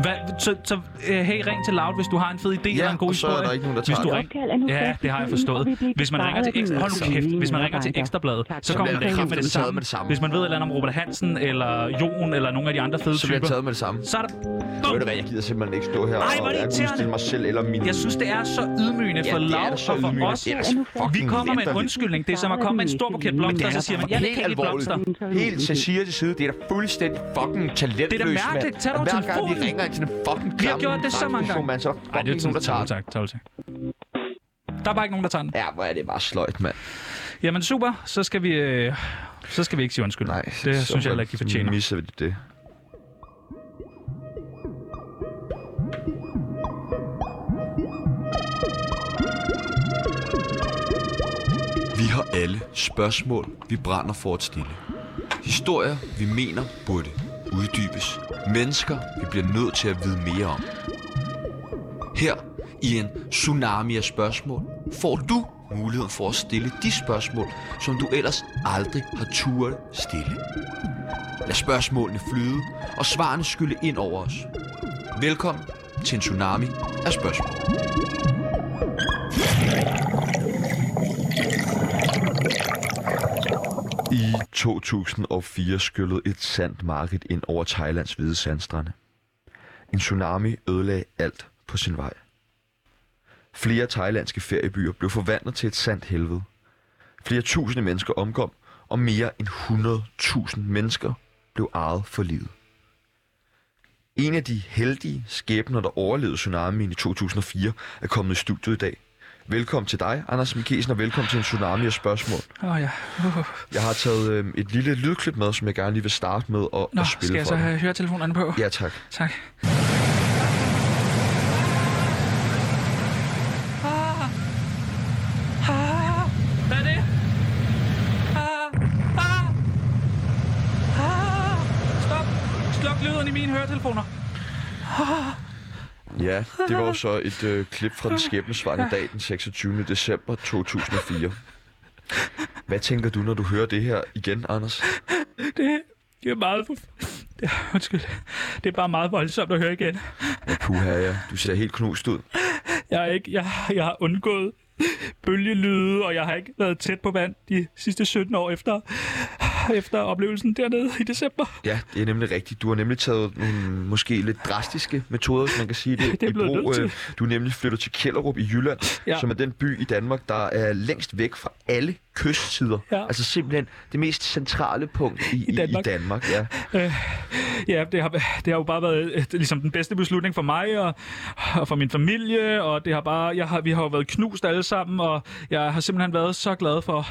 S1: Hvad, så så uh, hey, ring til Loud, hvis du har en fed idé eller en god
S2: og så
S1: historie.
S2: er der ikke nogen, der
S1: hvis
S2: tager
S1: du
S2: den.
S1: ring...
S6: Opkald er nu
S1: Ja,
S6: først i
S1: det har jeg
S6: køen, og
S1: forstået.
S6: vil blive
S1: Hvis man ringer
S6: besvaret
S1: til
S6: af den
S1: ekstra... Hold nu
S6: næste
S1: kæft. Hvis man
S6: ledige
S1: ringer til
S6: medarbejder.
S1: Ekstrabladet,
S6: Tak
S1: så
S6: for
S1: kommer
S6: din
S2: bliver det
S1: man med det
S2: kraftedeme taget
S1: samme.
S2: med det samme.
S1: Hvis man ved et eller andet om Robert Hansen, eller Jon, eller nogle af de andre fede
S2: Så bliver jeg
S1: typer,
S2: taget med det samme.
S1: så er der...
S2: Ved
S1: Bum!
S2: du hvad, jeg gider simpelthen ikke stå her
S1: Ej, hvor er
S2: og
S1: det irriterende.
S2: udstille mig selv eller min...
S1: Jeg synes, det er så ydmygende for
S2: det er
S1: Lav
S2: da
S1: og
S2: så
S1: for
S2: ydmygende.
S1: os.
S2: Det er da
S1: Vi
S2: fucking
S1: kommer med en
S2: latterligt.
S1: undskyldning. Det er som at komme med en stor buket blomster, og så siger man, ja, det kan
S2: Helt
S1: ikke lide
S2: alvorligt.
S1: blomster.
S2: Helt til siger til side, det er da fuldstændig fucking talentløst,
S1: Det er da mærkeligt.
S2: mand.
S1: Tag dog
S2: Og Hver gang vi
S1: telefonen.
S2: ringer til den fucking klamme
S1: Vi har gjort det så mange
S2: radio-
S1: gange.
S2: mand, så er der
S1: Ej,
S2: fucking
S1: det er
S2: nogen,
S1: sådan,
S2: der tager den.
S1: tak, tak, tak. Der er bare ikke nogen, der tager den.
S2: Ja, hvor er det bare sløjt, mand.
S1: Jamen super, så skal vi, øh, så skal vi ikke sige undskyld.
S2: Nej,
S1: det
S2: så-
S1: synes jeg heller ikke, de
S2: så
S1: fortjener.
S2: misser vi det.
S5: Vi har alle spørgsmål, vi brænder for at stille. Historier, vi mener burde uddybes. Mennesker, vi bliver nødt til at vide mere om. Her i en tsunami af spørgsmål får du muligheden for at stille de spørgsmål, som du ellers aldrig har turet stille. Lad spørgsmålene flyde og svarene skylle ind over os. Velkommen
S2: til en tsunami af spørgsmål. I 2004 skyllede et sandmarked ind over Thailands hvide sandstrande. En tsunami ødelagde alt på sin vej. Flere thailandske feriebyer blev forvandlet til et sandt helvede. Flere tusinde mennesker omkom, og mere end 100.000 mennesker blev ejet for livet. En af de heldige skæbner, der overlevede tsunamien i 2004, er kommet i studiet i dag. Velkommen til dig, Anders Mikkelsen, og velkommen til en tsunami af spørgsmål.
S1: Åh oh, ja. Uh.
S2: Jeg har taget øh, et lille lydklip med, som jeg gerne lige vil starte med at,
S1: Nå,
S2: at spille
S1: skal jeg
S2: for
S1: så
S2: dig.
S1: have høretelefonerne på?
S2: Ja, tak.
S1: Tak. i mine høretelefoner.
S2: Ja, det var jo så et øh, klip fra den skæbnesvangre dag den 26. december 2004. Hvad tænker du, når du hører det her igen, Anders?
S1: Det, det er meget... For... Det, undskyld. Det er bare meget voldsomt at høre igen.
S2: Ja, puha, ja. Du ser helt knust ud.
S1: Jeg, er ikke, jeg, jeg har undgået bølgelyde, og jeg har ikke været tæt på vand de sidste 17 år efter, efter oplevelsen dernede i december.
S2: Ja, det er nemlig rigtigt. Du har nemlig taget nogle måske lidt drastiske metoder, hvis man kan sige det,
S1: Det er
S2: i
S1: blevet
S2: brug.
S1: nødt til.
S2: Øh, Du er nemlig flyttet til Kjellerup i Jylland, ja.
S1: Ja.
S2: som er den by i Danmark, der er længst væk fra alle kystsider.
S1: Ja.
S2: Altså simpelthen det mest centrale punkt i, i,
S1: Danmark.
S2: I Danmark ja.
S1: Øh, ja, det har, det har jo bare været øh, ligesom den bedste beslutning for mig og, og for min familie, og det har bare, jeg har, vi har jo været knust alle sammen, og jeg har simpelthen været så glad for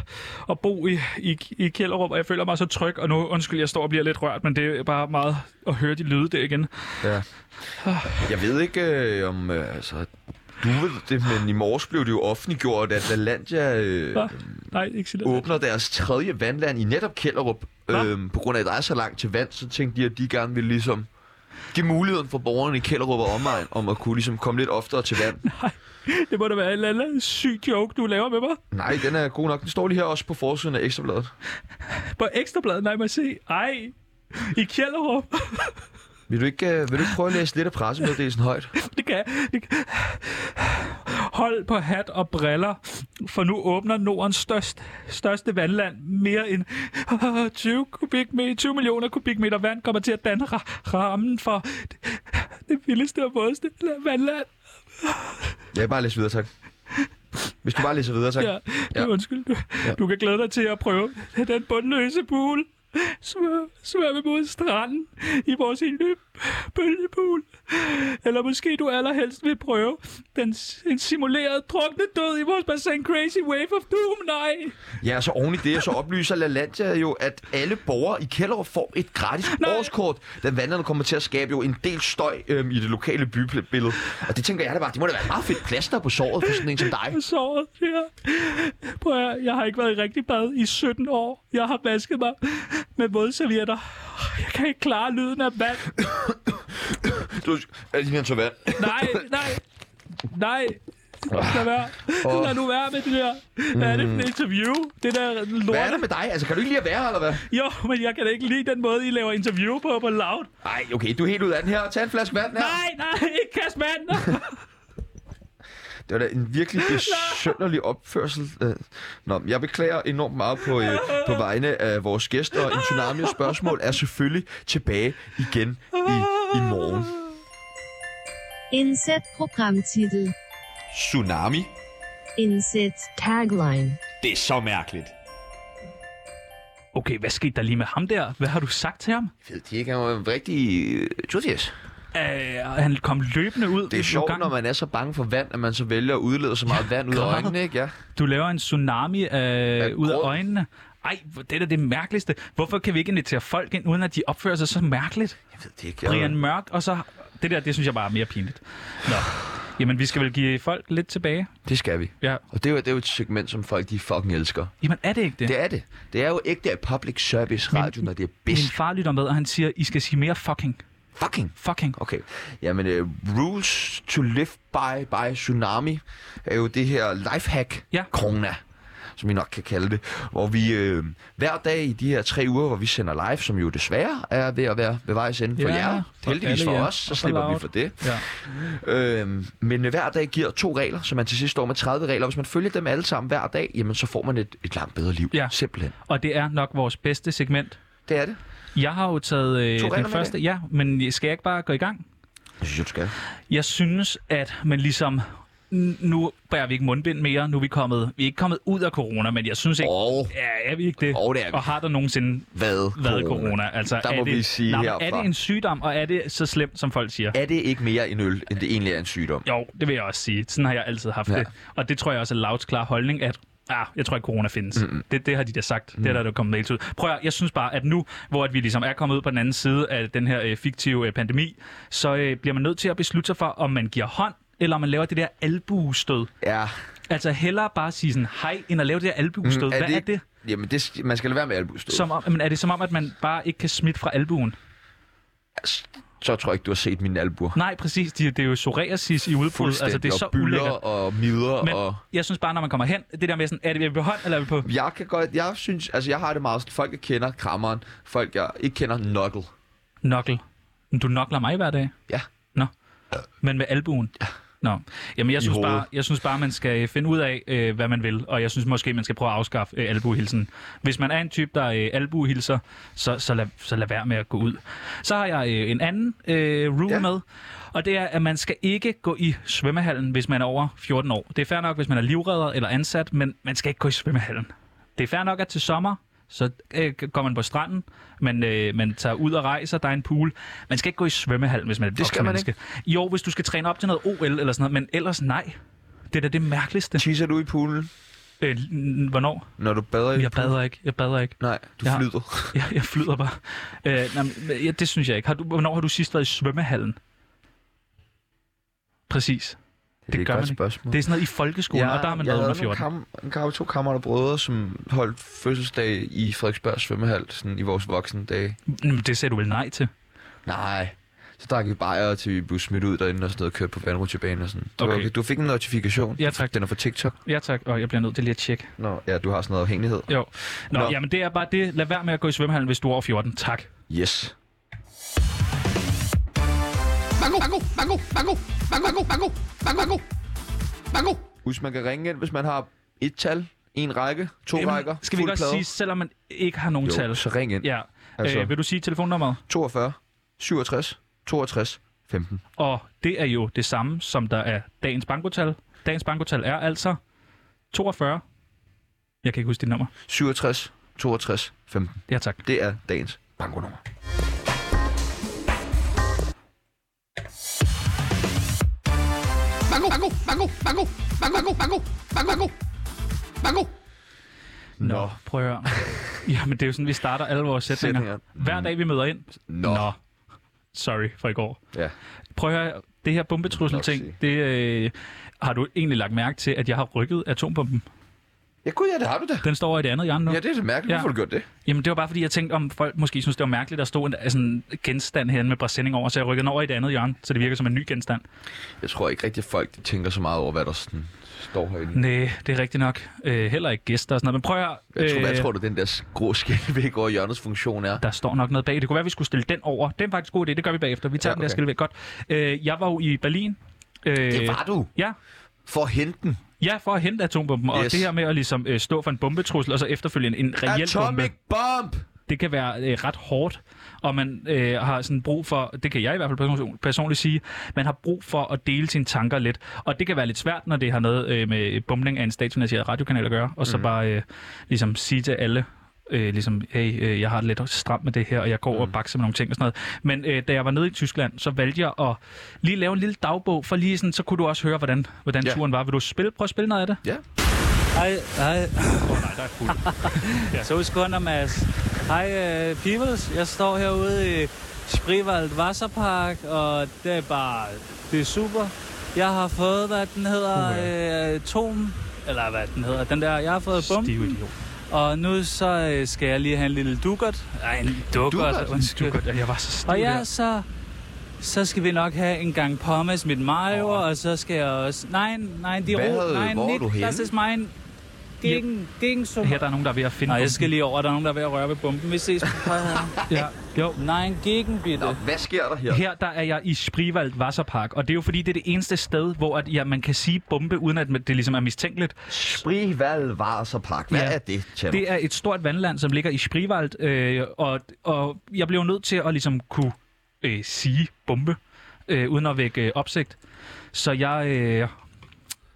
S1: at bo i, i, i Kjellerup, og jeg føler mig så tryg, og nu, undskyld, jeg står og bliver lidt rørt, men det er bare meget at høre de lyde der igen.
S2: Ja. Jeg ved ikke øh, om... Øh, altså, du ved det, men i morges blev det jo offentliggjort, at Lalandia øh,
S1: Hva? Nej, ikke sige det.
S2: åbner deres tredje vandland i netop Kjellerup.
S1: Hva?
S2: Øh, på grund af, at der er så langt til vand, så tænkte de, at de gerne ville ligesom give muligheden for borgerne i Kjellerup og omegn, om at kunne ligesom komme lidt oftere til vand.
S1: Det må da være en eller anden syg joke, du laver med mig.
S2: Nej, den er god nok. Den står lige her også på forsiden af Ekstrabladet.
S1: På Ekstrabladet, nej, må jeg se. Ej, i Kjellerup.
S2: Vil du ikke, øh, vil du ikke prøve at læse lidt af pressemeddelelsen højt?
S1: Det kan, det kan. Hold på hat og briller, for nu åbner Nordens størst, største vandland. Mere end 20, kubikmeter, 20 millioner kubikmeter vand kommer til at danne ra- rammen for det, det vildeste og vådeste vandland.
S2: Ja, bare læs videre, tak. Hvis du bare læser videre, tak.
S1: Ja,
S2: Ja.
S1: ja. Du, undskyld. Du, ja. du kan glæde dig til at prøve den bundløse pool. Svø- Svømme mod stranden i vores lille bølgepool. Eller måske du allerhelst vil prøve den, s- en simuleret drukne død i vores bassin Crazy Wave of Doom. Nej,
S2: Ja, så oven i det, så oplyser LaLandia jo, at alle borgere i Kjellerup får et gratis Nej.
S1: Nej.
S2: årskort, da vanderne kommer til at skabe jo en del støj øhm, i det lokale bybillede. Og det tænker jeg da bare, det må da være et meget fedt plaster på såret for sådan en som dig.
S1: jeg sover her. Prøv at, høre, jeg har ikke været i rigtig bad i 17 år. Jeg har vasket mig med vådservietter. Jeg kan ikke klare lyden af vand.
S2: Du øh, er lige så vand.
S1: Nej, nej, nej. Lad være.
S2: Åh. Mm.
S1: Lad nu være med det der. Hvad er det for et interview? Det der lort.
S2: Hvad er der med dig? Altså, kan du ikke lige at være her, eller hvad?
S1: Jo, men jeg kan da ikke lide den måde, I laver interview på på Loud.
S2: Nej, okay, du er helt ud af den her. Tag en flaske vand her.
S1: Nej, nej, ikke kast mand.
S2: Det var da en virkelig besønderlig opførsel. Øh, Nå, men jeg beklager enormt meget på, øh, på vegne af vores gæster, og en tsunami af spørgsmål er selvfølgelig tilbage igen i, i morgen.
S4: Inset Programmtitel.
S5: Tsunami?
S4: Inset Tagline.
S5: Det er så mærkeligt.
S1: Okay, hvad skete der lige med ham der? Hvad har du sagt til ham?
S2: Jeg ved det ikke, han var en rigtig tutis.
S1: Øh, han kom løbende ud.
S2: Det er
S1: ved
S2: sjovt,
S1: udgangen.
S2: når man er så bange for vand, at man så vælger at udlede så meget vand ud af
S1: klar.
S2: øjnene, ikke? Ja.
S1: Du laver en tsunami øh, ud af
S2: grød.
S1: øjnene. Ej, hvor- det er da det mærkeligste. Hvorfor kan vi ikke invitere folk ind, uden at de opfører sig så mærkeligt?
S2: Jeg ved det ikke.
S1: Brian
S2: Jeg...
S1: Mørk, og så... Det der, det synes jeg bare er mere pinligt. Nå. Jamen, vi skal vel give folk lidt tilbage.
S2: Det skal vi.
S1: Ja.
S2: Og det er, jo, det er jo et segment, som folk de fucking elsker.
S1: Jamen, er det ikke det?
S2: Det er det. Det er jo ægte public service radio, når det er
S1: Min
S2: bedst.
S1: far lytter med, og han siger, I skal sige mere fucking.
S2: Fucking.
S1: Fucking.
S2: Okay. Jamen, uh, Rules to Live By by Tsunami er jo det her lifehack,
S1: Ja.
S2: corona. som vi nok kan kalde det, hvor vi øh, hver dag i de her tre uger, hvor vi sender live, som jo desværre er ved at være ved vejs ende for
S1: Ja,
S2: jer,
S1: for
S2: heldigvis
S1: alle
S2: for
S1: jer,
S2: os, så
S1: og for
S2: slipper vi
S1: Loud.
S2: for det.
S1: Ja.
S2: Øhm, men hver dag giver to regler, så man til sidst står med 30 regler. Hvis man følger dem alle sammen hver dag, jamen så får man et, et langt bedre liv.
S1: Ja.
S2: Simpelthen.
S1: Og det er nok vores bedste segment.
S2: Det er det.
S1: Jeg har jo taget øh,
S2: regler
S1: den
S2: med
S1: første. Ja, men skal jeg ikke bare gå i gang?
S2: Jeg synes, jeg, du skal.
S1: Jeg synes, at man ligesom... n- Nu bærer vi ikke mundbind mere. Nu er vi, kommet, vi er ikke kommet ud af corona, men jeg synes ikke...
S2: Og
S1: Ja, er vi ikke det?
S2: Jo, det er vi.
S1: Og har der nogensinde
S2: hvad?
S1: været corona? Altså,
S2: Der
S1: er
S2: må
S1: det,
S2: vi sige
S1: nej, men Er
S2: herfra.
S1: det en sygdom, og er det så slemt, som folk siger?
S2: Er det ikke mere en øl, end det egentlig er en sygdom?
S1: Jo, det vil jeg også sige. Sådan har jeg altid haft
S2: Ja.
S1: ja. det. Og det tror jeg også er Lauts klare holdning, at ah, jeg tror ikke, corona findes. Mm-hmm. Det, det har de da sagt. Mm. Det er der, der er kommet mails ud. Prøv at, høre, jeg synes bare, at nu, hvor at vi ligesom er kommet ud på den anden side af den her øh, fiktive øh, pandemi, så øh, bliver man nødt til at beslutte sig for, om man giver hånd, eller om man laver det der albuestød.
S2: Ja.
S1: Altså hellere bare sige sådan, hej, end at lave det der albuestød. Mm, Hvad er det?
S2: Jamen, det, man skal lade være med albustød.
S1: Som om, men er det som om, at man bare ikke kan smitte fra albuen?
S2: Så tror jeg ikke, du har set mine albuer.
S1: Nej, præcis. De, altså, det er jo psoriasis i udbrud. Altså, det er så
S2: og bylder
S1: ulækkert.
S2: og midder
S1: Men
S2: og...
S1: jeg synes bare, når man kommer hen, det der med sådan, er det på hånd, eller er vi på...
S2: Jeg kan godt, jeg synes, altså jeg har det meget sådan, folk jeg kender, krammeren, folk jeg ikke kender, knuckle.
S1: Knuckle. Men Du knockler mig hver dag?
S2: Ja.
S1: Nå. Men med albuen? Ja. Nå. Jamen, jeg synes,
S2: hovedet.
S1: bare, jeg synes bare, man skal øh, finde ud af, øh, hvad man vil. Og jeg synes måske, man skal prøve at afskaffe øh, albuehilsen. Hvis man er en type, der øh, albuehilser, så, så, lad, så lad være med at gå ud. Så har jeg øh, en anden øh, rule
S2: Ja.
S1: ja. med. Og det er, at man skal ikke gå i svømmehallen, hvis man er over 14 år. Det er fair nok, hvis man er livredder eller ansat, men man skal ikke gå i svømmehallen. Det er fair nok, at til sommer, så øh, går man på stranden, man, øh, man tager ud og rejser, der er en pool. Man skal ikke gå i svømmehallen, hvis man er et
S2: Det skal
S1: voksen
S2: man
S1: menneske. Ikke. Jo, hvis du skal træne op til noget OL eller sådan noget, men ellers nej. Det er da det mærkeligste.
S2: Tisser du i poolen,
S1: Øh, n- hvornår?
S2: når du bader i
S1: Jeg bader ikke, jeg bader ikke.
S2: Nej, du
S1: Jeg har-
S2: flyder.
S1: Jeg, jeg flyder bare. Øh, nej, men, ja, det synes jeg ikke. Har du, hvornår har du sidst været i svømmehallen? Præcis.
S2: Det, er et
S1: gør
S2: godt
S1: man ikke.
S2: spørgsmål.
S1: Det er sådan noget i folkeskolen, ja, og der har man
S2: jeg
S1: været under
S2: havde nogle
S1: 14.
S2: Kam- en kam- to kammerater og brødre, som holdt fødselsdag i Frederiksberg svømmehal sådan i vores voksne dage.
S1: Jamen, Det sagde du vel nej til?
S2: Nej. Så drak vi bajer, til vi blev smidt ud derinde og sådan noget, kørt på vandrutsjebanen og sådan. Det var
S1: Okay.
S2: okay. Du fik en notifikation.
S1: Ja, tak.
S2: Den er fra TikTok.
S1: Ja tak, og jeg bliver nødt til lige at tjekke.
S2: Nå, ja, du har sådan noget afhængighed.
S1: Jo. Nå,
S2: Nå.
S1: Nå, jamen det er bare det. Lad være med at gå i svømmehallen, hvis du er over 14. Tak.
S2: Yes. Husk, man kan ringe ind, hvis man har et tal, en række, to
S1: Jamen,
S2: rækker,
S1: skal vi
S2: fuld
S1: ikke også
S2: plade.
S1: sige, selvom man ikke har nogen
S2: jo,
S1: tal?
S2: så ring ind.
S1: Ja.
S2: Altså-
S1: Altså. Øh, vil du sige telefonnummeret?
S2: 42, 67, 62, 15.
S1: Og det er jo det samme, som der er dagens bankotal. Dagens bankotal er altså 42. Jeg kan ikke huske dit nummer.
S2: 67, 62, 15.
S1: Ja tak.
S2: Det er dagens bankonummer.
S1: Nå,
S2: Nå.
S1: prøv at høre. Jamen det er jo sådan, vi starter alle vores sætninger.
S2: Sætninger. Mm.
S1: Hver dag vi møder ind.
S2: Nå.
S1: Nå. Sorry for i går.
S2: Ja.
S1: Prøv at høre, det her bombetrussel-ting,
S2: Nok
S1: det, øh, har du egentlig lagt mærke til, at jeg har rykket atombomben?
S2: Ja, gud, ja, det har du da.
S1: Den står over i det andet hjørne nu.
S2: Ja, det er da mærkeligt.
S1: Ja.
S2: Hvorfor har du gjort det?
S1: Jamen, det var bare, fordi jeg tænkte, om folk måske synes, det var mærkeligt, at der stod en altså, en genstand herinde med præsending over, så jeg rykkede den over i det andet hjørne, så det virker som en ny genstand.
S2: Jeg tror ikke rigtig, at folk de tænker så meget over, hvad der sådan står herinde.
S1: Nej, det er rigtigt nok. Øh, heller ikke gæster og sådan noget. Men prøv at høre,
S2: Jeg tror,
S1: Øh.
S2: hvad tror du, den der sk- grå skillevæg over hjørnets funktion er?
S1: der står nok noget bag. Det kunne være, at vi skulle stille den over. Det er faktisk en god idé, det gør vi bagefter. Vi tager
S2: Ja,
S1: ja, okay. den der
S2: okay.
S1: skille væk. Godt. Øh, jeg var jo i Berlin. Øh,
S2: Det var du.
S1: Ja,
S2: For at hente den.
S1: Ja, for at hente atombomben, yes. og
S2: Yes.
S1: det her med at ligesom, øh, stå for en bombetrussel, og så efterfølgende en reel bombe,
S2: Atomic bomb!
S1: det kan være øh, ret hårdt, og man øh, har sådan brug for, det kan jeg i hvert fald person- personligt sige, man har brug for at dele sine tanker lidt, og det kan være lidt svært, når det har noget øh, med bombning af en statsfinansieret radiokanal at gøre, og så mm. bare øh, ligesom sige til alle, øh, ligesom, hey, øh, jeg har det lidt stramt med det her, og jeg går mm. og bakser med nogle ting og sådan noget. Men øh, da jeg var nede i Tyskland, så valgte jeg at lige lave en lille dagbog, for lige sådan, så kunne du også høre, hvordan, hvordan
S2: Ja.
S1: yeah. turen var. Vil du spille, prøve at spille noget af det?
S2: Ja.
S7: Hej, hej. Så sekunder, Mads. Hej, uh, peoples. Jeg står herude i Spriwald Wasserpark, og det er bare, det er super. Jeg har fået, hvad den hedder, uh, tom, eller hvad den hedder, den der, jeg har fået
S1: Stiv
S7: bomben.
S1: idiot.
S7: Og nu så øh, skal jeg lige have en lille dukkert. Ej, en dukkert,
S1: altså
S2: Dukkert?
S7: undskyld.
S1: Godt, at Jeg var så stiv
S7: Og
S1: der.
S7: ja, så, så skal vi nok have en gang pommes mit mayo, oh. og så skal jeg også... Nej, nej, de
S2: Hvad havde-
S7: nej,
S2: hvor er du henne?
S7: das ist mein... Gegen, gegen
S1: Her der er nogen, der er ved at finde
S7: Nej,
S1: bomben.
S7: jeg skal lige over. Der er nogen, der er ved at røre ved bomben. Vi ses.
S1: Ja. Jo.
S7: Nein, gegen bitte.
S2: Nå, hvad sker der her?
S1: Her der er jeg i Sprivald Wasserpark, og det er jo fordi, det er det eneste sted, hvor at, ja, man kan sige bombe, uden at man- det ligesom er mistænkeligt.
S2: Sprihval Varserpark. Hvad
S1: Ja.
S2: er det, Tjerno?
S1: Det er et stort vandland, som ligger i Sprivald, øh, og, og jeg blev nødt til at ligesom kunne øh, sige bombe, øh, uden at vække øh, opsigt. Så jeg, øh,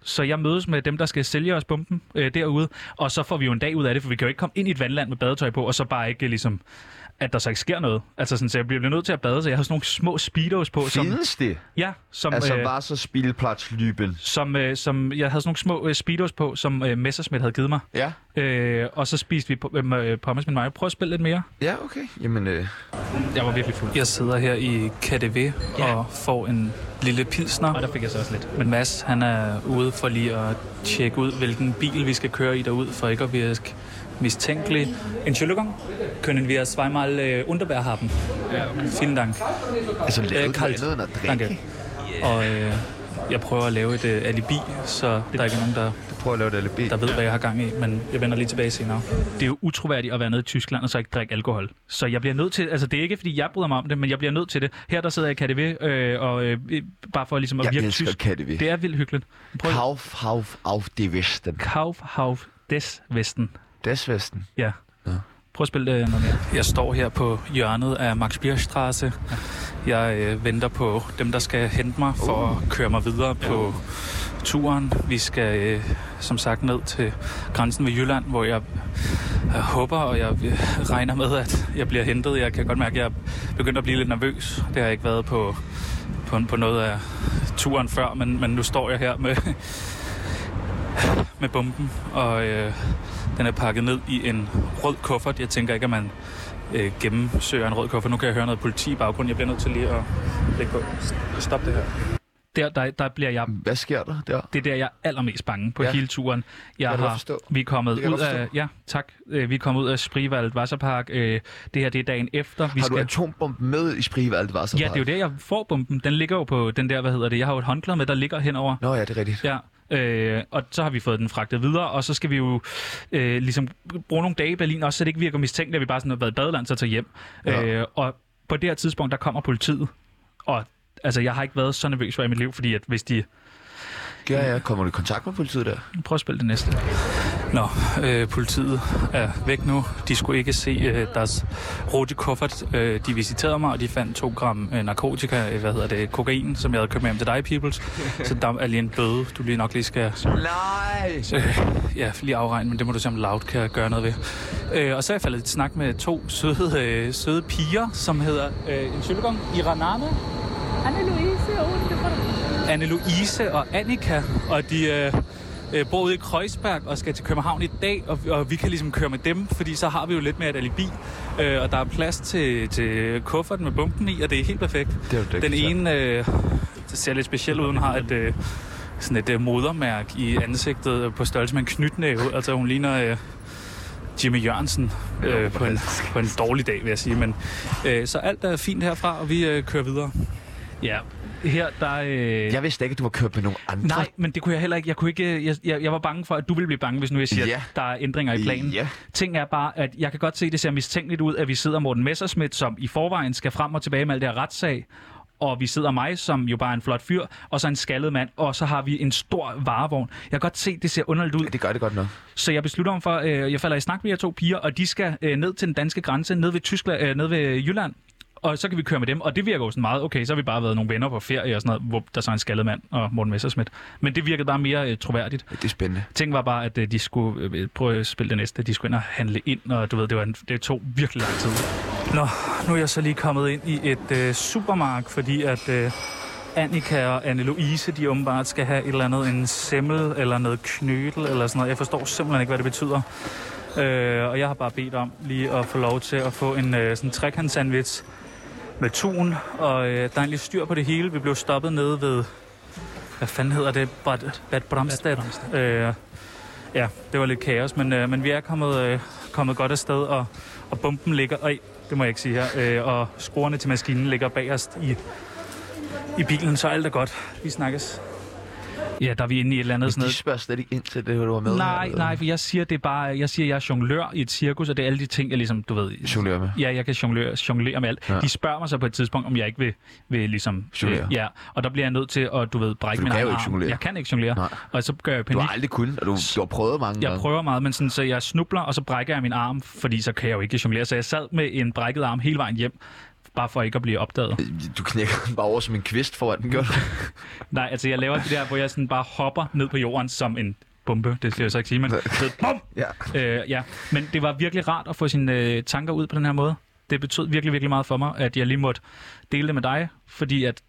S1: så jeg mødes med dem, der skal sælge os bomben øh, derude, og så får vi jo en dag ud af det, for vi kan jo ikke komme ind i et vandland med badetøj på, og så bare ikke øh, ligesom at der så ikke sker noget. Altså sådan, så jeg bliver nødt til at bade, så jeg har sådan nogle små speedos på, som,
S2: Findes det?
S1: ja, som,
S2: Altså,
S1: øh,
S2: var så spilpladslyben.
S1: som, øh, som jeg havde sådan nogle små øh, speedos på, som øh, Messerschmidt havde givet mig.
S2: Ja.
S1: Øh, og så spiste vi po- øh, øh, pommes med mig. Prøv at spille lidt mere.
S2: Ja, okay. Jamen, øh,
S1: Jeg var virkelig fuld.
S7: Jeg sidder her i KDV
S1: Ja.
S7: og får en lille pilsner.
S1: Og der fik jeg så også lidt.
S7: Men Mads, han er ude for lige at tjekke ud, hvilken bil vi skal køre i derud, for ikke at virke mistænkelig. Entschuldigung, können wir zweimal äh, Unterbær haben? Ja, Vielen Dank.
S2: altså,
S1: Øh,
S2: lavede du
S7: kaldt.
S2: andet end at drikke?
S7: Danke. Og øh, jeg prøver at lave et øh, alibi, så der ikke er nogen, der,
S2: Prøv at lave det alibi.
S7: der ved, hvad jeg har gang i, men jeg vender lige tilbage senere.
S1: Det er jo utroværdigt at være nede i Tyskland og så ikke drikke alkohol. Så jeg bliver nødt til, altså det er ikke fordi jeg bryder mig om det, men jeg bliver nødt til det. Her der sidder jeg i KDV, øh, og øh, øh, bare for ligesom at
S2: Jeg
S1: virke
S2: elsker
S1: tysk.
S2: KaDeWe.
S1: Det er vildt hyggeligt. Prøv Kauf.
S2: Kauf, Hauf, auf die Westen.
S1: Kauf, Hauf, des Vesten.
S2: Des Westen.
S1: Ja. Prøv at spille øh, noget mere.
S7: Jeg står her på hjørnet af Max Bierstrasse. Jeg øh, venter på dem, der skal hente mig for
S1: Uh.
S7: at køre mig videre på turen. Vi skal øh, som sagt ned til grænsen ved Jylland, hvor jeg jeg håber, og jeg øh, regner med, at jeg bliver hentet. Jeg kan godt mærke, at jeg er begyndt at blive lidt nervøs. Det har jeg ikke været på, på, på noget af turen før, men, men nu står jeg her med, med bomben, og øh, den er pakket ned i en rød kuffert. Jeg tænker ikke, at man øh, gennemsøger en rød kuffert. Nu kan jeg høre noget politi i baggrunden. Jeg bliver nødt til lige at lægge på. Stop det her.
S1: Der, der, der bliver jeg
S2: Hvad sker der der?
S1: det er der, jeg er allermest bange på
S2: Ja.
S1: ja. hele turen. Jeg
S2: kan jeg godt
S1: har,
S2: forstå.
S1: vi er kommet
S2: Det kan jeg
S1: ud
S2: godt
S1: af, ja, tak. Øh, Vi er kommet ud af Sprivald Wasserpark. Øh, Det her, det er dagen efter. Vi
S2: Har du atombomben med i Sprihvald Wasserpark?
S1: Ja, det er jo der, jeg får bomben. Den ligger jo på den der, hvad hedder det, jeg har jo et håndklæde med, der ligger henover.
S2: Nå ja, det er rigtigt.
S1: Ja, øh, og så har vi fået den fragtet videre, og så skal vi jo øh, ligesom bruge nogle dage i Berlin, også så det ikke virker mistænkt, at vi bare sådan har været i badeland, så tager hjem.
S2: Ja.
S1: Ja. Øh, og på det her tidspunkt, der kommer politiet, og altså, jeg har ikke været så nervøs for i mit liv, fordi at hvis de...
S2: Ja, ja. Kommer du i kontakt med politiet der?
S1: Prøv at spille det næste.
S7: Nå, øh, politiet er væk nu. De skulle ikke se øh, deres rote kuffert. Øh, de visiterede mig, og de fandt 2 gram øh, narkotika, øh, hvad hedder det, kokain, som jeg havde købt med hjem til dig, Peoples. Så der er lige en bøde, du lige nok lige skal
S2: Nej!
S7: Øh, ja, lige afregne, men det må du se om Loud kan gøre noget ved. Øh, og så er jeg faldet i snak med to søde, øh, søde piger, som hedder øh, en sølvgong, Iranana. Anne-Louise og Annika, og de øh, øh, bor ude i Kreuzberg og skal til København i dag, og, og vi kan ligesom køre med dem, fordi så har vi jo lidt mere et alibi, øh, og der er plads til, til kufferten med bomben i, og det er helt perfekt.
S2: Det er jo det,
S7: Den
S2: ikke
S7: ene øh, ser lidt speciel ud, hun har et... Øh, sådan et øh, modermærke i ansigtet øh, på størrelse med en knytnæve. Altså hun ligner øh, Jimmy Jørgensen øh, på, en, på en dårlig dag, vil jeg sige. Men, øh, så alt er fint herfra, og vi øh, kører videre.
S1: Ja, her der... Øh...
S2: Jeg vidste ikke, at du var kørt med nogen andre.
S1: Nej, men det kunne jeg heller ikke. Jeg, kunne ikke øh, jeg, jeg, jeg var bange for, at du ville blive bange, hvis nu jeg siger,
S2: Ja.
S1: ja. at der er ændringer i planen.
S2: Ja.
S1: Ting er bare, at jeg kan godt se, at det ser mistænkeligt ud, at vi sidder Morten Messerschmidt, som i forvejen skal frem og tilbage med alt det her retssag, og vi sidder mig, som jo bare er en flot fyr, og så en skaldet mand, og så har vi en stor varevogn. Jeg kan godt se, at det ser underligt ud.
S2: Det gør det godt nok.
S1: Så jeg beslutter mig for, øh, jeg falder i snak med jer to piger, og de skal øh, ned til den danske grænse, ned ved, Tyskland, øh, ned ved Jylland. Og så kan vi køre med dem, og det virker jo sådan meget, okay, så har vi bare været nogle venner på ferie og sådan noget, hvor der så er en skaldet mand og Morten Messerschmidt. Men det virkede bare mere øh, troværdigt.
S2: Det er spændende.
S1: Ting var bare, at øh, de skulle øh, prøve at spille det næste, de skulle ind og handle ind, og du ved, det, var en, det tog virkelig lang tid.
S7: Nå, nu er jeg så lige kommet ind i et øh, supermarked, fordi at øh, Annika og Anne-Louise, de åbenbart skal have et eller andet, en semmel eller noget knødel eller sådan noget. Jeg forstår simpelthen ikke, hvad det betyder. Øh, og jeg har bare bedt om lige at få lov til at få en øh, sådan trekantssandwich med tun. Og øh, der er egentlig styr på det hele. Vi blev stoppet nede ved, hvad fanden hedder det? Bad, Bad Bramstedt. Øh, ja, det var lidt kaos, men, øh, men vi er kommet, øh, kommet godt afsted, og, og bomben ligger... Øj, det må jeg ikke sige her. Øh, og skruerne til maskinen ligger bagerst i, i bilen, så alt er godt. Vi snakkes.
S1: Ja, der er vi inde i et eller andet sådan
S2: De
S1: noget.
S2: spørger slet ikke ind til det, du var med.
S1: Nej,
S2: eller?
S1: nej, for jeg siger det er bare, jeg siger, jeg er jonglør i et cirkus, og det er alle de ting, jeg ligesom, du ved...
S2: Jonglere med.
S1: Ja, jeg kan jonglere, jonglere med alt.
S2: Ja.
S1: Ja. De spørger mig så på et tidspunkt, om jeg ikke vil, vil ligesom...
S2: Jonglere.
S1: ja, og der bliver jeg nødt til at, du ved, brække
S2: For du
S1: min
S2: kan
S1: egen
S2: jo ikke
S1: arm.
S2: jonglere.
S1: Jeg kan ikke jonglere.
S2: Nej.
S1: Og så gør jeg
S2: Du
S1: panik.
S2: har aldrig kunnet, og du, du har prøvet mange
S1: Jeg
S2: gange.
S1: prøver meget, men sådan, så jeg snubler, og så brækker jeg min arm, fordi så kan jeg jo ikke jonglere. Så jeg sad med en brækket arm hele vejen hjem, bare for ikke at blive opdaget.
S2: Du knækker den bare over som en kvist foran den, gør du?
S1: Nej, altså jeg laver det der, hvor jeg sådan bare hopper ned på jorden som en bombe. Det skal jeg så ikke sige, men... Så, bum!
S2: Ja.
S1: Øh, ja, men det var virkelig rart at få sine øh, tanker ud på den her måde. Det betød virkelig, virkelig meget for mig, at jeg lige måtte dele det med dig, fordi at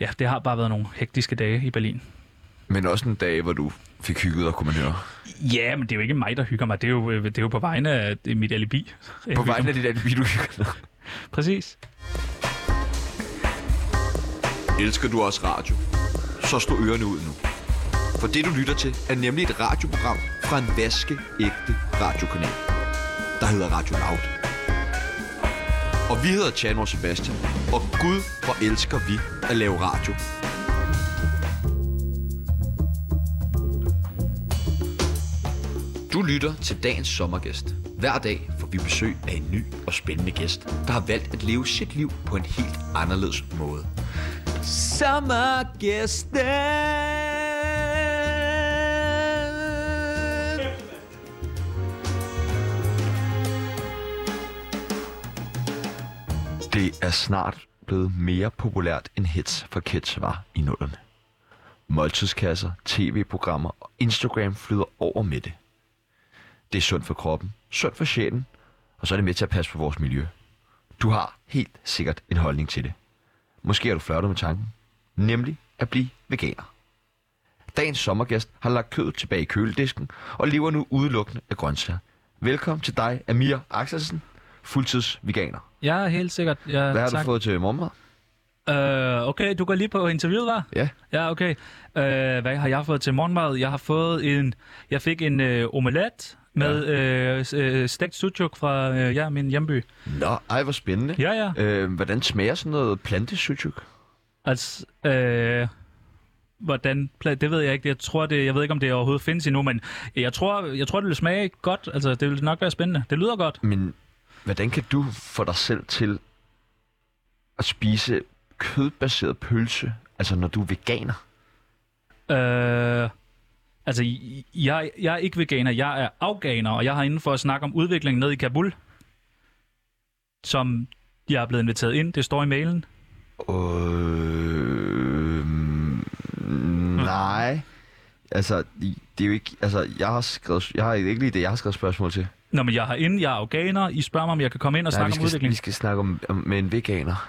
S1: ja, det har bare været nogle hektiske dage i Berlin.
S2: Men også en dag, hvor du fik hygget og kunne man høre.
S1: Ja, men det er jo ikke mig, der hygger mig. Det er jo, øh, det er jo på vegne af øh, mit alibi.
S2: På vejen af dit alibi, du hygger.
S1: Præcis.
S5: Elsker du også radio? Så slå ørerne ud nu. For det, du lytter til, er nemlig et radioprogram fra en vaskeægte radiokanal, der hedder Radio Loud. Og vi hedder Tjano og Sebastian, og gud, hvor elsker vi at lave radio. Du lytter til dagens sommergæst. Hver dag får vi besøg af en ny og spændende gæst, der har valgt at leve sit liv på en helt anderledes måde. Sommergæsten.
S2: Det er snart blevet mere populært end hits for kids var i nullerne. Måltidskasser, tv-programmer og Instagram flyder over med det. Det er sundt for kroppen, sundt for sjælen, og så er det med til at passe på vores miljø. Du har helt sikkert en holdning til det. Måske har du flørtet med tanken, nemlig at blive veganer. Dagens sommergæst har lagt kødet tilbage i køledisken og lever nu udelukkende af grøntsager. Velkommen til dig, Amir Axelsen, fuldtids veganer.
S1: Jeg er helt sikkert. Ja,
S2: Hvad har
S1: tak.
S2: du fået til morgenmad?
S1: Øh, okay, du går lige på interviewet, var?
S2: Ja.
S1: Ja, okay. Øh, hvad har jeg fået til morgenmad? Jeg har fået en... Jeg fik en øh, omelet med øh, s- øh, stegt sujuk fra øh, ja, min hjemby.
S2: Nå, ej, hvor spændende.
S1: Ja, ja.
S2: Øh, hvordan smager sådan noget plantesujuk?
S1: Altså, øh, hvordan... pla- Det ved jeg ikke. Jeg tror, det, jeg ved ikke, om det overhovedet findes endnu, men jeg tror, jeg tror det vil smage godt. Altså, det vil nok være spændende. Det lyder godt.
S2: Men hvordan kan du få dig selv til at spise kødbaseret pølse, altså når du er veganer?
S1: Øh, altså, jeg, jeg er ikke veganer, jeg er afghaner, og jeg har inden for at snakke om udviklingen ned i Kabul, som jeg er blevet inviteret ind. Det står i mailen.
S2: Øh, nej. Altså, i- det er jo ikke... Altså, jeg har skrevet... Jeg har ikke lige det, jeg har skrevet spørgsmål til.
S1: Nå, men jeg er herinde, jeg er afghaner, I spørger mig, om jeg kan komme ind og
S2: Nej, vi
S1: snakke om
S2: skal,
S1: udviklingen.
S2: vi skal snakke om, om med en veganer.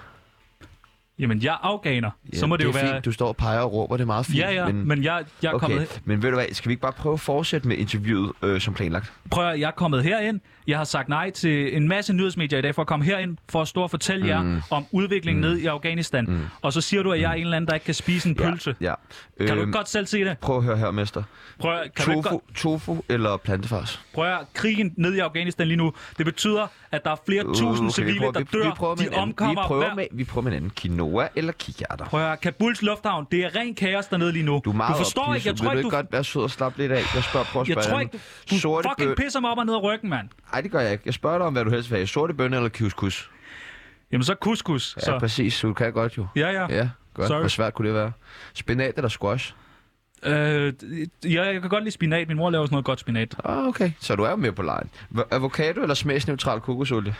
S1: Jamen, jeg er afghaner, så må det,
S2: det
S1: jo
S2: er
S1: være...
S2: Fint. Du står og peger og råber, det er meget fint.
S1: ja, ja, men, men jeg, jeg er okay. kommet
S2: Okay, men ved du hvad, skal vi ikke bare prøve at fortsætte med interviewet øh, som planlagt?
S1: prøv at, høre, jeg er kommet herind. Jeg har sagt nej til en masse nyhedsmedier i dag for at komme herind for at stå og fortælle mm. jer om udviklingen mm. ned i Afghanistan. Mm. Og så siger du, at jeg er en eller anden, der ikke kan spise en pølse.
S2: Ja. Øhm.
S1: Kan du ikke godt selv se det?
S2: Prøv at høre her, mester.
S1: Prøv at, kan du ikke
S2: Tofu,
S1: godt...
S2: tofu eller plantefars?
S1: Prøv at, høre, krigen nede i Afghanistan lige nu, det betyder, at der er flere
S2: Øh,
S1: uh, tusind civile, der dør.
S2: med
S1: de
S2: en anden.
S1: omkommer
S2: vi prøver
S1: hver...
S2: med, vi prøver med en anden. Quinoa eller kikærter?
S1: Prøv at, høre, Kabuls lufthavn, det er ren kaos dernede lige nu.
S2: Du er meget
S1: du forstår ikke,
S2: oplyst.
S1: jeg tror
S2: Vil
S1: ikke,
S2: du
S1: du...
S2: ikke godt være sød og slappe lidt af? Jeg spørger, prøver at
S1: Jeg
S2: spørge
S1: tror
S2: dig
S1: ikke,
S2: nu.
S1: du
S2: Sorte
S1: fucking
S2: bøn...
S1: pisser mig op og ned af ryggen, mand.
S2: Ej, det gør jeg ikke. Jeg spørger dig om, hvad du helst vil have. Sorte bønner eller couscous?
S1: Jamen så couscous.
S2: Ja,
S1: så.
S2: præcis. Du kan godt jo.
S1: Ja, ja.
S2: Ja, godt.
S1: Sorry.
S2: Hvor svært kunne det være? Spinat eller squash?
S1: Øh, jeg, jeg kan godt lide spinat. Min mor laver sådan noget godt spinat.
S2: Ah, okay. Så du er jo med på lejen. Hva- Avocado eller smagsneutral kokosolie?